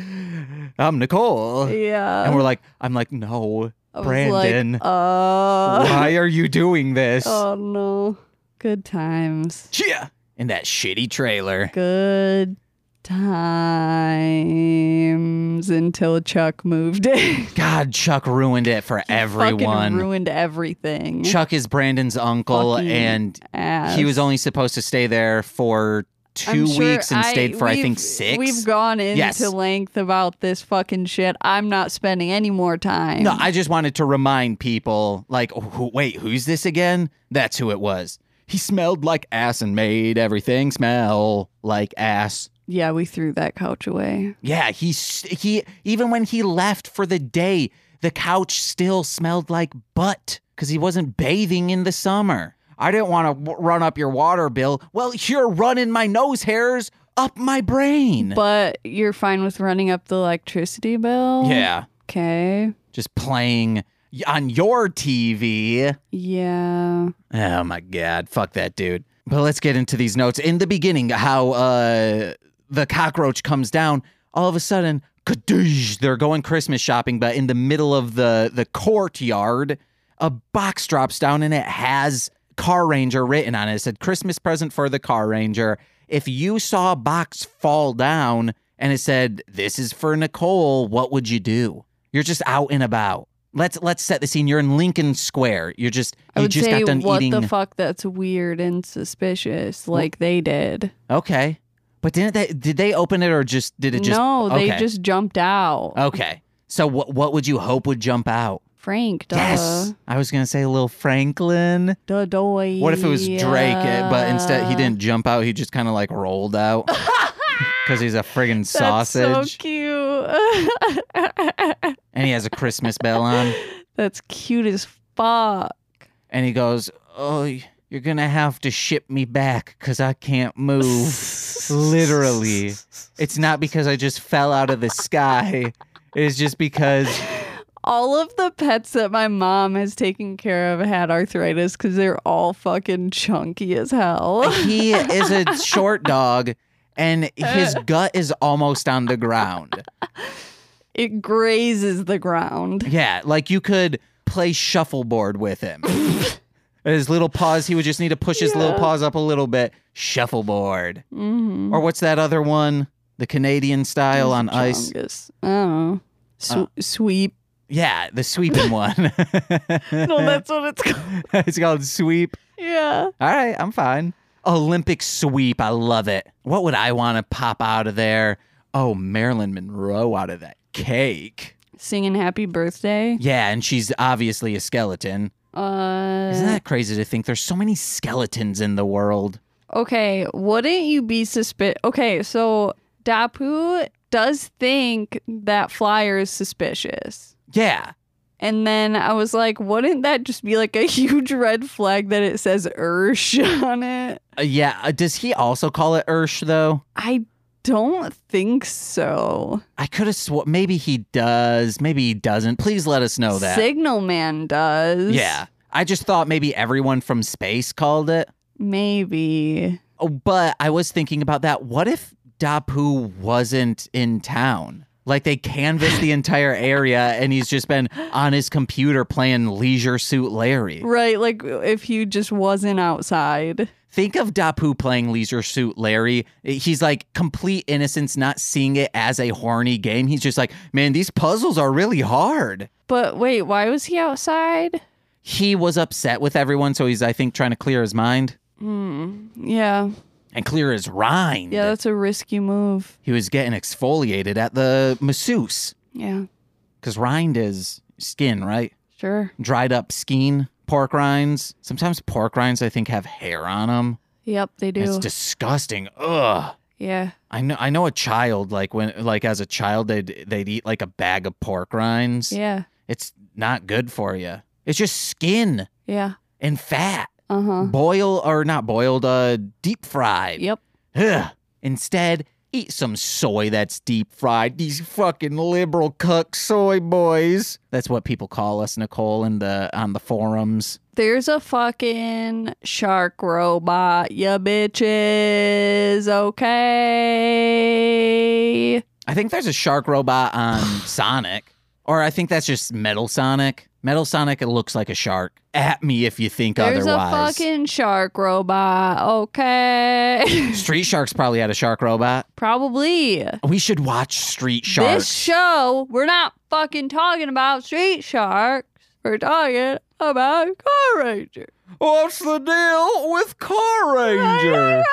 C: I'm Nicole,"
A: yeah.
C: and we're like, "I'm like, no,
A: I was
C: Brandon,
A: Like, uh,
C: why are you doing this?"
A: oh no. Good times.
C: yeah, in that shitty trailer.
A: Good times until Chuck moved in. (laughs)
C: God, Chuck ruined it for
A: Fucking
C: everyone.
A: ruined everything.
C: Chuck is Brandon's uncle,
A: Fucking
C: and
A: Ass.
C: he was only supposed to stay there for 2
A: I'm sure
C: weeks and stayed for I
A: we've-
C: think six.
A: We've gone into
C: Yes.
A: length about this fucking shit. I'm not spending any more time.
C: No, I just wanted to remind people like, oh, who, wait, who's this again? That's who it was. He smelled like ass and made everything smell like ass.
A: Yeah, we threw that couch away.
C: Yeah, he s- he even when he left for the day, the couch still smelled like butt because he wasn't bathing in the summer. I didn't want to w- run up your water bill. Well, you're running my nose hairs up my brain.
A: But you're fine with running up the electricity bill?
C: yeah,
A: Okay.
C: just playing y- on your TV.
A: Yeah.
C: Oh my god, fuck that dude. But let's get into these notes. In the beginning, how uh the cockroach comes down, all of a sudden, kadoosh, they're going Christmas shopping, but in the middle of the the courtyard, a box drops down and it has Car Ranger written on it. It said Christmas present for the Car Ranger. If you saw a box fall down and it said, This is for Nicole, what would you do? You're just out and about. Let's let's set the scene. You're in Lincoln Square. You're just
A: I
C: you
A: would
C: just
A: say,
C: got done
A: what
C: eating.
A: the fuck? That's weird and suspicious, like they did.
C: Okay. But didn't they did they open it or just did it just
A: no, they
C: okay. Oh.
A: just jumped out.
C: Okay. So what what would you hope would jump out?
A: Frank, duh.
C: Yes. I was going to say little Franklin.
A: Duh, doy.
C: What if it was Drake eh, but instead he didn't jump out, he just kind of like rolled
A: (laughs)
C: out cuz he's a friggin'
A: That's so
C: sausage
A: cute. (laughs)
C: and he has a Christmas bell on
A: That's cute as fuck.
C: and he goes, "Oh, you're going to have to ship me back cuz I can't move." Literally. It's not because I just fell out of the sky. It's just because
A: All of the pets that my mom has taken care of had arthritis because they're all fucking chunky as hell.
C: he is a short dog and
A: (laughs)
C: his gut is almost on the ground.
A: It grazes the ground.
C: Yeah, like you could play shuffleboard
A: (laughs)
C: with him. his little paws, he would just need to push his little
A: Yeah.
C: paws up a little bit. Shuffleboard.
A: Mm-hmm.
C: Or what's that other one? The Canadian style on ice.
A: ice. Oh. Sw-
C: Uh. (laughs)
A: sweep.
C: Yeah, the sweeping one.
A: (laughs) No, that's what it's called.
C: (laughs)
A: (laughs)
C: it's called sweep.
A: Yeah.
C: All right, I'm fine. Olympic sweep. I love it. What would I want to pop out of there? Oh, Marilyn Monroe out of that cake.
A: Singing happy birthday.
C: Yeah, and she's obviously a skeleton.
A: Uh,
C: Isn't that crazy to think there's so many skeletons in the world?
A: Okay, wouldn't you be suspicious? Okay, so Dapu does think that flyer is suspicious.
C: Yeah.
A: And then I was like, wouldn't that just be like a (laughs) huge red flag that it says Ursh (laughs) on it?
C: Uh, yeah. Uh, does he also call it Ursh, though?
A: I don't think so.
C: I could have sworn. Maybe he does. Maybe he doesn't. Please let us know that.
A: Signal Man does.
C: Yeah. I just thought maybe everyone from space called it.
A: Maybe.
C: Oh, But I was thinking about that. What if Dapu wasn't in town? Like they canvassed the entire area and he's just been on his computer playing Leisure Suit Larry.
A: Right, like if he just wasn't outside.
C: Think of Dapu playing Leisure Suit Larry. He's like complete innocence, not seeing it as a horny game. He's just like, man, these puzzles are really hard.
A: But wait, why was he outside?
C: He was upset with everyone, so he's, I think, trying to clear his mind
A: Hmm. Yeah.
C: and clear his rind.
A: Yeah, that's a risky move.
C: He was getting exfoliated at the masseuse
A: Yeah.
C: because rind is skin, right?
A: Sure.
C: Dried up skin, pork rinds. Sometimes pork rinds, I think, have hair on them.
A: Yep, they do.
C: It's disgusting. Ugh.
A: yeah.
C: I know I know a child like when like as a child they'd they'd eat like a bag of pork rinds.
A: Yeah.
C: It's not good for you. It's just skin
A: Yeah.
C: and fat.
A: Uh huh.
C: Mm. Boil or not boiled, uh deep fried.
A: Yep.
C: Ugh. Instead, eat some soy that's deep fried. These fucking liberal cuck soy boys. That's what people call us, Nicole, in the on the forums.
A: There's a fucking shark robot, you bitches. Okay.
C: I think there's a shark robot on Sonic, or I think that's just Metal Sonic. Metal Sonic, it looks like a shark. At me if you think
A: There's
C: otherwise.
A: a fucking shark robot. Okay. (laughs)
C: Street Sharks probably had a shark robot.
A: Probably.
C: We should watch Street Sharks.
A: This show, we're not fucking talking about street sharks. We're talking about Car Ranger.
C: What's the deal with Car Ranger?
A: B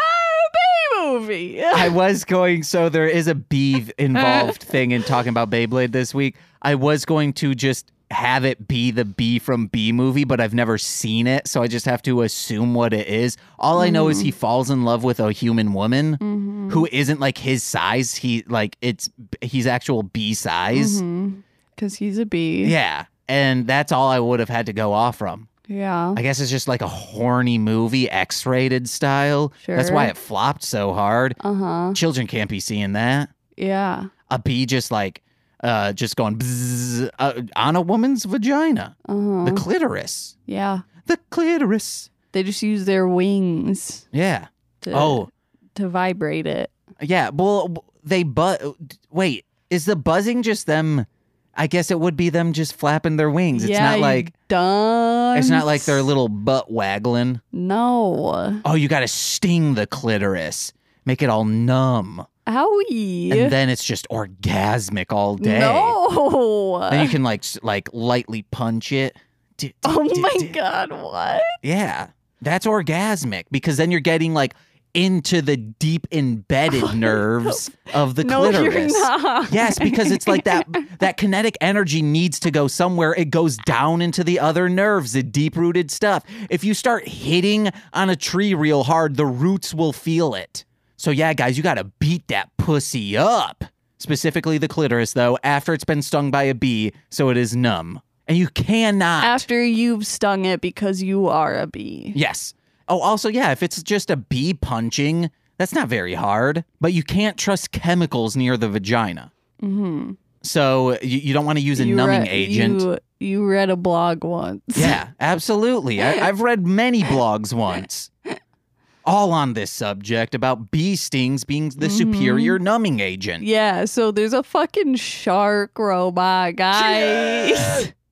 A: movie.
C: I was going, so there is a bee involved thing in talking about Beyblade this week. I was going to just have it be the B from B movie, but I've never seen it, so I just have to assume what it is. All I know is he falls in love with a human woman
A: Mm-hmm.
C: who isn't like his size. He like it's he's actual B
A: Because
C: size.
A: Mm-hmm. he's a bee.
C: Yeah. And that's all I would have had to go off from.
A: Yeah.
C: I guess it's just like a horny movie, X rated style. That's why
A: Sure.
C: it flopped so hard.
A: Uh huh.
C: Children can't be seeing that.
A: Yeah.
C: A bee just like, uh, just going bzzz, uh, on a woman's vagina,
A: Uh huh.
C: the clitoris,
A: yeah.
C: the clitoris.
A: They just use their wings
C: Yeah.
A: to
C: Oh,
A: to vibrate it.
C: yeah. Well, w- they bu- wait. Is the buzzing just them? I guess it would be them just flapping their wings. It's
A: yeah,
C: not like
A: done.
C: it's not like their little butt waggling.
A: No.
C: Oh, you got to sting the clitoris, make it all numb.
A: Owie.
C: and then it's just orgasmic all day.
A: No.
C: Then you can like s- like lightly punch it. Du- du-
A: (laughs)
C: (laughs)
A: oh
C: du-
A: my
C: du-
A: god, what?
C: Yeah, that's orgasmic because then you're getting like into the deep
A: (laughs)
C: embedded nerves of the
A: Oh, no,
C: clitoris.
A: you're not.
C: Yes, because
A: (laughs)
C: it's like that that kinetic energy needs to go somewhere. It goes down into the other nerves, the deep-rooted stuff. If you start hitting on a tree real hard, the roots will feel it. So yeah, guys, you got to beat that pussy up. Specifically the clitoris though, after it's been stung by a bee, so it is numb. And you cannot
A: After you've stung it because you are a bee.
C: Yes. Oh, also, yeah, if it's just a bee punching, that's not very hard, but you can't trust chemicals near the vagina. Mm-hmm. So you, you don't want to use a
A: You
C: numbing
A: re-
C: agent.
A: You, you read a blog once.
C: (laughs) Yeah, absolutely. I, I've read many
A: (laughs)
C: blogs once, all on this subject about bee stings being the
A: Mm-hmm.
C: superior numbing
A: (laughs)
C: agent.
A: Yeah, so there's a fucking shark robot, guys. (laughs)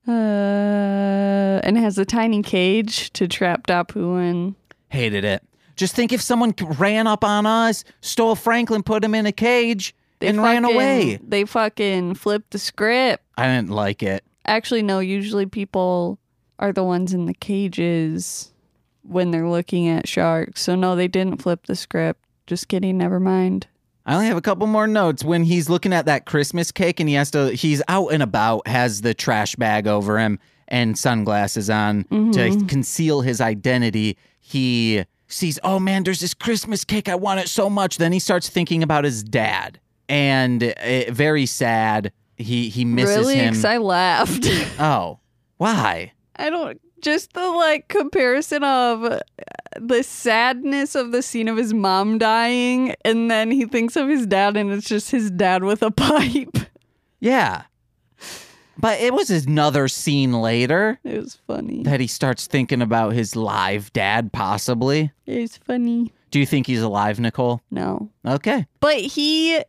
A: Uh, and it has a tiny cage to trap Dapu in.
C: Hated it. Just think if someone ran up on us, stole Franklin, put him in a cage,
A: They
C: and ran
A: fucking-
C: away.
A: They fucking flipped the script.
C: I didn't like it.
A: Actually, no, usually people are the ones in the cages when they're looking at sharks. So, no, they didn't flip the script. Just kidding, never mind.
C: I only have a couple more notes when he's looking at that Christmas cake and he has to he's out and about, has the trash bag over him and sunglasses on to conceal his identity. He sees, "Oh man, there's this Christmas cake. I want it so much." Then he starts thinking about his dad. And uh, very sad. He he misses
A: really?
C: him.
A: 'Cause I laughed. (laughs)
C: Oh. Why?
A: I don't just the like comparison of uh, the sadness of the scene of his mom dying and then he thinks of his dad and it's just his dad with a (laughs) pipe.
C: Yeah. But it was another scene later
A: It was funny.
C: that he starts thinking about his live dad possibly.
A: It was funny.
C: Do you think he's alive, Nicole?
A: No.
C: Okay.
A: But he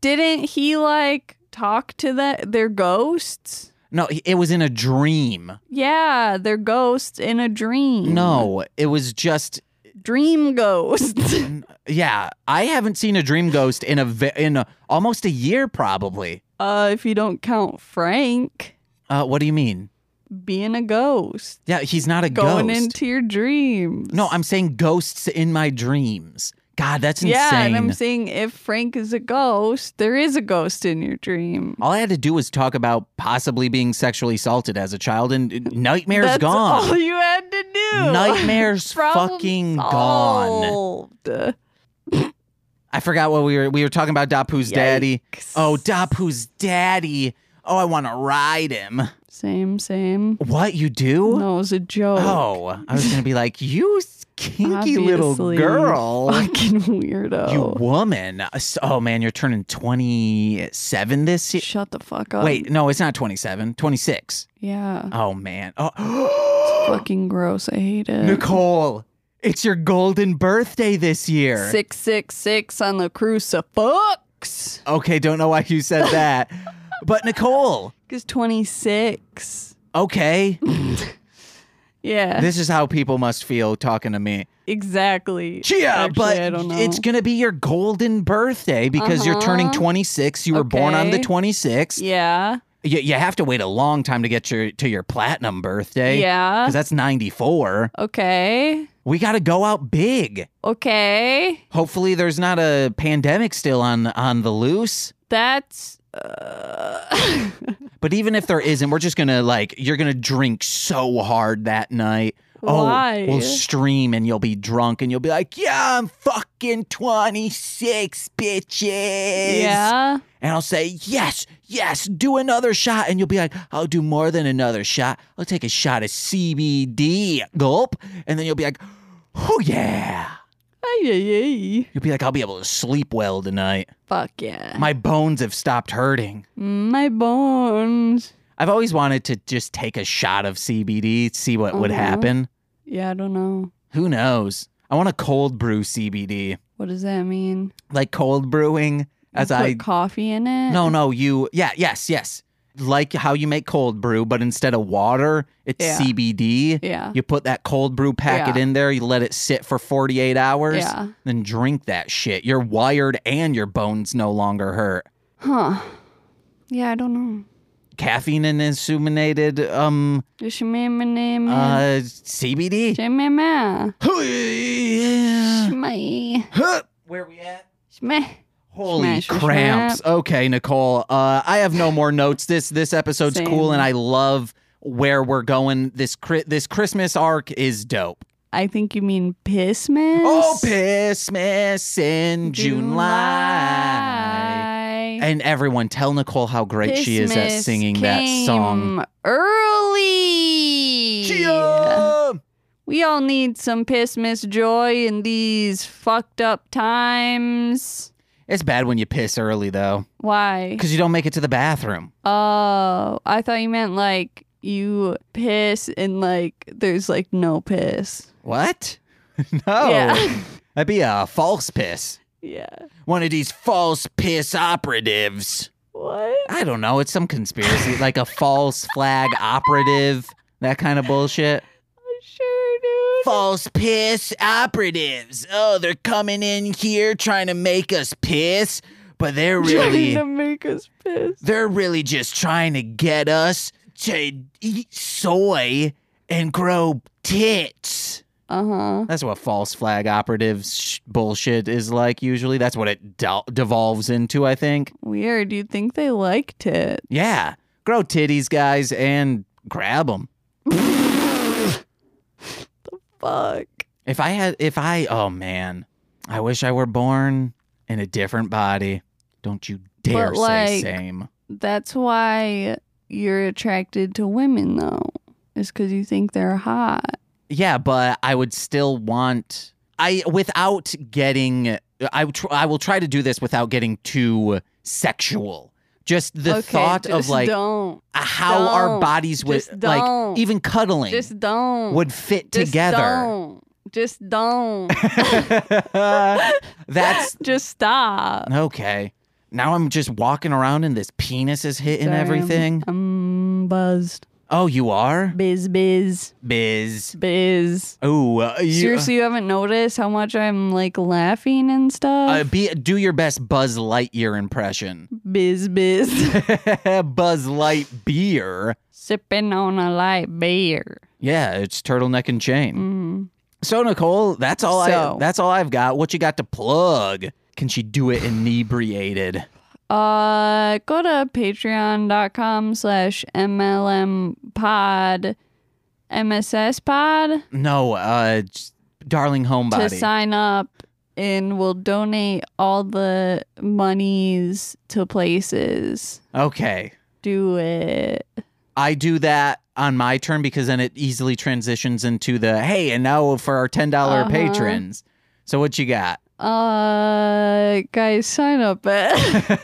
A: didn't he like talk to that their ghosts?
C: No, he- it was in a dream.
A: Yeah, they're ghosts in a dream.
C: No, it
A: (laughs)
C: was just
A: Dream ghosts.
C: yeah. I haven't seen a dream ghost in a ve- in a, almost a year probably.
A: (laughs) uh if you don't count Frank
C: Uh, what do you mean?
A: being a ghost.
C: Yeah, he's not a
A: Going
C: ghost.
A: into your dreams.
C: no, I'm saying ghosts in my dreams. God, that's insane.
A: Yeah, and I'm saying if Frank is a ghost, there is a ghost in your dream.
C: all I had to do was talk about possibly being sexually assaulted as a child, and uh, nightmares
A: That's
C: gone.
A: all you (laughs) had to do.
C: Nightmares
A: (laughs) Problem
C: fucking gone.
A: solved.
C: I forgot what we were we were talking about. Dapu's daddy.
A: Yikes.
C: Oh, Dapu's daddy. Oh, I want to ride him.
A: Same, same.
C: What you do?
A: No, it was a joke.
C: Oh, I was
A: (laughs)
C: gonna be like, you kinky little
A: Obviously,
C: girl,
A: Fucking weirdo.
C: you woman. S- Oh man, you're turning 27 this year.
A: Shut the fuck up.
C: Wait, no, it's not 27, 26.
A: Yeah.
C: Oh man. Oh, (gasps)
A: fucking gross. I hate it.
C: Nicole, it's your golden birthday this year.
A: 666 on the crucifix.
C: Okay, don't know why you said
A: (laughs)
C: that, but Nicole.
A: Because 26.
C: Okay,
A: Yeah.
C: this is how people must feel talking to me.
A: Exactly.
C: Yeah,
A: Actually,
C: but
A: I don't know.
C: it's going to be your golden birthday because you're turning
A: Uh-huh.
C: 26. You were born on the
A: Okay.
C: 26th.
A: yeah,
C: You, you have to wait a long time to get your to your platinum birthday.
A: yeah.
C: Because that's 94.
A: okay,
C: We got to go out big.
A: okay.
C: Hopefully, there's not a pandemic still on on the loose.
A: That's uh, (laughs)
C: But even if there isn't, we're just gonna like you're gonna drink so hard that night.
A: Why?
C: Oh, we'll stream and you'll be drunk and you'll be like, "Yeah, I'm fucking 26, bitches."
A: Yeah.
C: And I'll say, "Yes, yes, do another shot." And you'll be like, "I'll do more than another shot. I'll take a shot of CBD." Gulp. And then you'll be like, "Oh yeah."
A: Ay, ay, ay.
C: You'll be like, "I'll be able to sleep well tonight.
A: Fuck yeah.
C: My bones have stopped hurting."
A: My bones.
C: I've always wanted to just take a shot of CBD, see what would
A: Uh-huh.
C: happen.
A: Yeah, I don't know.
C: Who knows? I want to cold brew CBD,
A: What does that mean?
C: like cold brewing as
A: Put
C: I.
A: coffee in it?
C: No, no, you. Yeah, yes, yes. Like how you make cold brew, but instead of water, it's
A: Yeah.
C: CBD.
A: Yeah.
C: You put that cold brew packet
A: Yeah.
C: in there, you let it sit for 48 hours,
A: Yeah.
C: then drink that shit. You're wired and your bones no longer hurt.
A: Huh. Yeah, I don't know.
C: Caffeine and illuminated um
A: Just me, me, me, me.
C: uh CBD.
A: Just me, me.
C: Yeah.
A: Shmee.
C: Huh. (laughs) Where we at?
A: Shmee.
C: Holy
A: Smash, smash,
C: cramps. Okay, Nicole. Uh, I have no more notes. This this episode's
A: Same.
C: cool and I love where we're going. This cri- this Christmas arc is dope.
A: I think you mean pissmas.
C: Oh, Christmas in July. And everyone tell Nicole how great she is at
A: Pissmas
C: singing that song.
A: came Early.
C: Gia!
A: We all need some Pissmas joy in these fucked up times.
C: It's bad when you piss early though,
A: Why?
C: because you don't make it to the bathroom.
A: Oh, I thought you meant like you piss and like there's like no piss.
C: What? (laughs) no,
A: Yeah.
C: that'd be a false piss.
A: yeah.
C: One of these false piss operatives.
A: What?
C: I don't know. It's some conspiracy, (laughs) like a false flag operative, that kind of bullshit.
A: Sure, dude.
C: False piss operatives. Oh, they're coming in here trying to make us piss, but they're
A: (laughs) Trying
C: really,
A: to make us piss.
C: they're really just trying to get us to eat soy and grow tits.
A: Uh huh.
C: That's what false flag operatives sh- bullshit is like. Usually, that's what it del- devolves into. I think.
A: Weird. You'd think they liked it.
C: Yeah, grow titties, guys, and grab them.
A: Fuck.
C: If I had, if I, oh man, I wish I were born in a different body. Don't you dare
A: But,
C: say
A: like-
C: same.
A: That's why you're attracted to women, though, is because you think they're hot.
C: Yeah, but I would still want. I without getting. I would tr- I will try to do this without getting too sexual. Just the
A: Okay,
C: thought of
A: just
C: like
A: don't,
C: how our
A: don't.
C: bodies would
A: Just
C: like
A: don't.
C: even cuddling
A: just don't,
C: would fit
A: just
C: together.
A: Don't. Just
C: (laughs)
A: don't. (laughs)
C: That's
A: just stop.
C: okay. Now I'm just walking around and this penis is hitting
A: Sorry, I'm-
C: everything.
A: I'm buzzed.
C: Oh, you are?
A: Biz, biz,
C: Biz.
A: biz.
C: Oh, uh, you,
A: Seriously, you haven't noticed how much I'm like laughing and
C: Uh,
A: stuff?
C: be, do your best Buzz Lightyear impression.
A: biz, biz.
C: (laughs)
A: (laughs)
C: Buzz Lightbeer.
A: Sipping on a light beer.
C: Yeah, it's turtleneck and chain.
A: Mm.
C: So Nicole, that's all I
A: So.
C: that's all I've got. What you got to plug? Can she do it inebriated?
A: Uh, go to patreon.com slash MLM pod, MSS pod
C: No, uh j- darling
A: to
C: homebody.
A: sign up and we'll donate all the monies to places.
C: okay.
A: Do it.
C: I do that on my turn because then it easily transitions into the hey, and now for our ten dollar
A: Uh-huh.
C: patrons. So what you got?
A: Uh, guys,
D: (laughs)
A: sign up at
C: (laughs)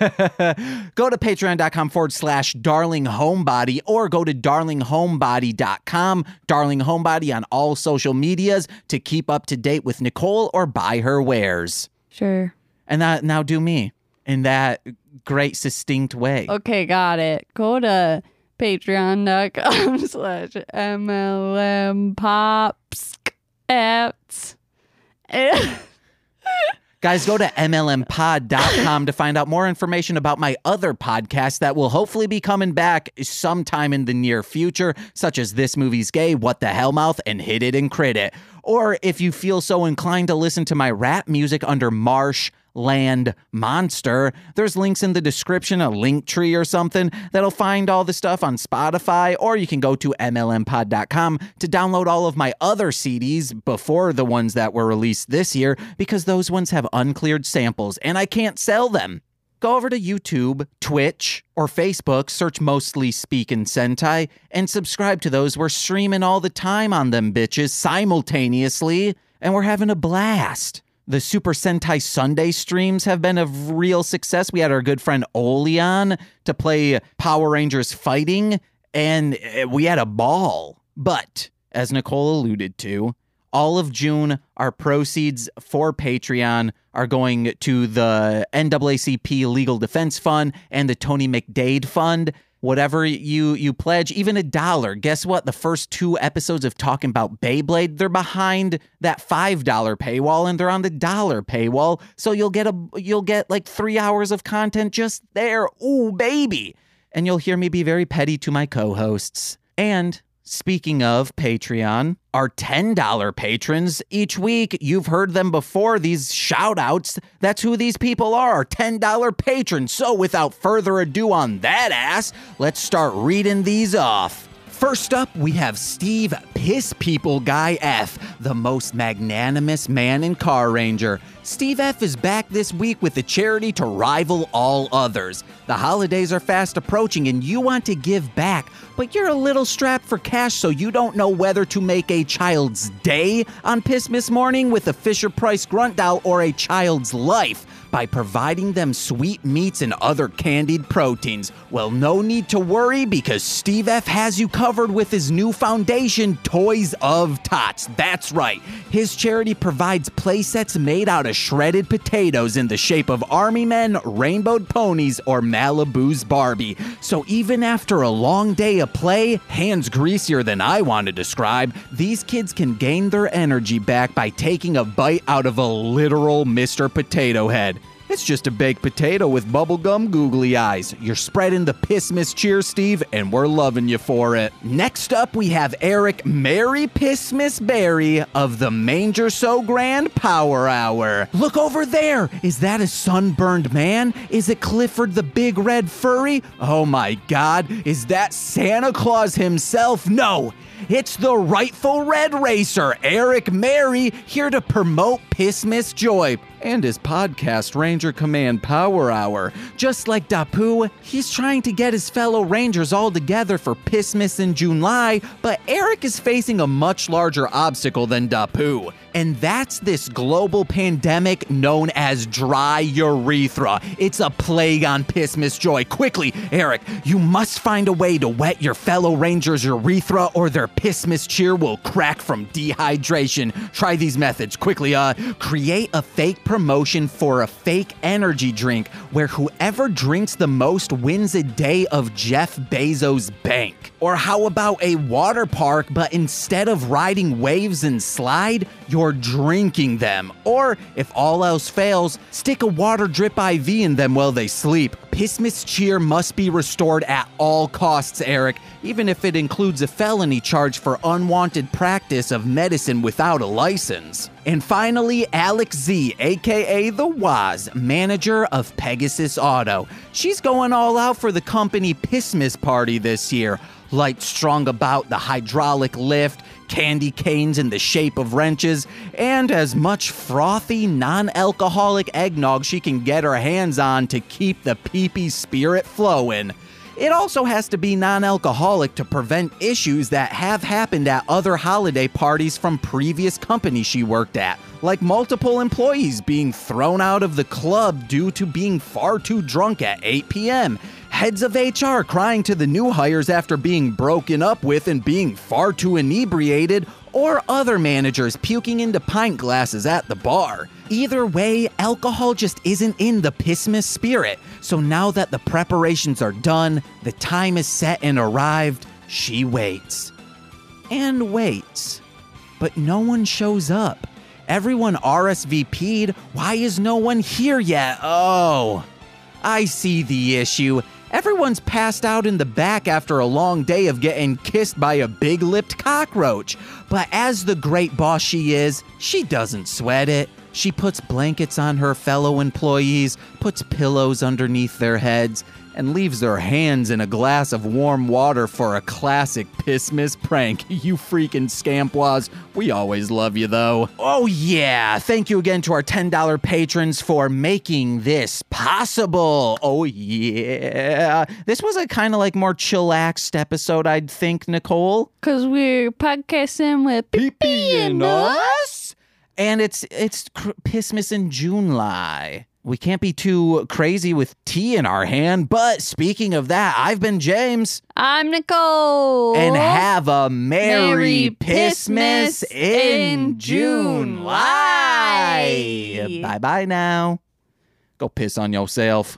C: go to patreon.com forward slash darling homebody or go to darlinghomebody.com, darling homebody on all social medias to keep up to date with Nicole or buy her wares.
A: sure.
C: And that now do me in that great succinct way.
A: Okay, got it. Go to
D: (laughs)
A: patreon.com slash MLM pops
D: (laughs)
A: apps.
C: Guys, go to MLMpod.com to find out more information about my other podcast that will hopefully be coming back sometime in the near future, such as This Movie's Gay, What the Hell Mouth, and Hit It and Crit It. Or if you feel so inclined to listen to my rap music under Marsh Land Monster. There's links in the description, a link tree or something that'll find all the stuff on Spotify, or you can go to MLMpod.com to download all of my other CDs before the ones that were released this year because those ones have uncleared samples and I can't sell them go over to YouTube, Twitch, or Facebook, search Mostly Speakin' Sentai, and subscribe to those. We're streaming all the time on them bitches simultaneously, and we're having a blast. The Super Sentai Sunday streams have been a real success. We had our good friend Oleon to play Power Rangers Fighting, and eh, we had a ball. But, as Nicole alluded to, all of June, our proceeds for Patreon are going to the NAACP Legal Defense Fund and the Tony McDade Fund. Whatever you you pledge, even a dollar. Guess what? The first two episodes of talking about Beyblade, they're behind that five dollar paywall, and they're on the dollar paywall. So you'll get a you'll get like three hours of content just there. Ooh, baby! And you'll hear me be very petty to my co-hosts. And Speaking of Patreon, our $10 patrons each week, you've heard them before, these shout outs. That's who these people are, our $10 patrons. So without further ado on that ass, let's start reading these off. First up, we have Steve Piss People Guy F, the most magnanimous man in Car Ranger. Steve F is back this week with a charity to rival all others. The holidays are fast approaching and you want to give back, but you're a little strapped for cash, so you don't know whether to make a child's day on Pissmas morning with a Fisher Price grunt doll or a child's life by providing them sweet meats and other candied proteins. Well, no need to worry because Steve F has you covered with his new foundation, Toys of Tots. That's right. His charity provides playsets made out of shredded potatoes in the shape of army men, rainbowed ponies, or Malibu's Barbie. So even after a long day of play, hands greasier than I want to describe, these kids can gain their energy back by taking a bite out of a literal Mr. Potato Head. It's just a baked potato with bubblegum googly eyes. You're spreading the piss miss cheer, Steve, and we're loving you for it. Next up, we have Eric Mary Piss Miss Barry of the Manger So Grand Power Hour. Look over there. Is that a sunburned man? Is it Clifford the Big Red Furry? Oh my God. Is that Santa Claus himself? No. It's the rightful Red Racer, Eric Mary, here to promote Piss Miss Joy and his podcast, Ranger Command Power Hour. Just like Dapu, he's trying to get his fellow Rangers all together for Piss Miss in July, but Eric is facing a much larger obstacle than Dapu. And that's this global pandemic known as dry urethra. It's a plague on Piss Miss Joy. Quickly, Eric, you must find a way to wet your fellow Rangers' urethra or their Piss Miss cheer will crack from dehydration. Try these methods quickly. Uh, create a fake promotion for a fake energy drink where whoever drinks the most wins a day of Jeff Bezos' bank. Or how about a water park, but instead of riding waves and slide, you're drinking them. Or if all else fails, stick a water drip IV in them while they sleep. Pissmas cheer must be restored at all costs, Eric, even if it includes a felony charge for unwanted practice of medicine without a license. And finally, Alex Z, aka The Waz, manager of Pegasus Auto. She's going all out for the company Pissmas party this year. Light strung about the hydraulic lift, candy canes in the shape of wrenches, and as much frothy, non alcoholic eggnog she can get her hands on to keep the peepee spirit flowing. It also has to be non alcoholic to prevent issues that have happened at other holiday parties from previous companies she worked at, like multiple employees being thrown out of the club due to being far too drunk at 8 p.m. Heads of HR crying to the new hires after being broken up with and being far too inebriated, or other managers puking into pint glasses at the bar. Either way, alcohol just isn't in the Pissmas spirit. So now that the preparations are done, the time is set and arrived, she waits. And waits. But no one shows up. Everyone RSVP'd. Why is no one here yet? Oh. I see the issue. Everyone's passed out in the back after a long day of getting kissed by a big lipped cockroach. But as the great boss she is, she doesn't sweat it. She puts blankets on her fellow employees, puts pillows underneath their heads, and leaves their hands in a glass of warm water for a classic piss miss prank. (laughs) You freaking scampwaws. We always love you though. Oh yeah, thank you again to our $10 patrons for making this possible. Oh yeah. This was a kind of like more chillaxed episode, I'd think, Nicole.
D: Because we're podcasting with Pee and
C: us. And it's it's cr- Pissmas in July. We can't be too crazy with tea in our hand. But speaking of that, I've been James,
D: I'm Nicole.
C: and have a merry,
D: Oh, Merry
C: Pissmas
D: Pissmas
C: in
D: in July.
C: July. Bye bye now. Go piss on yourself.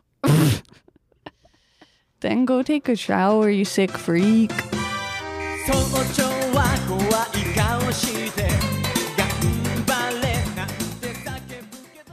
D: then go take a shower, you sick freak.
B: 早朝は怖い顔して頑張れなんて叫ぶけど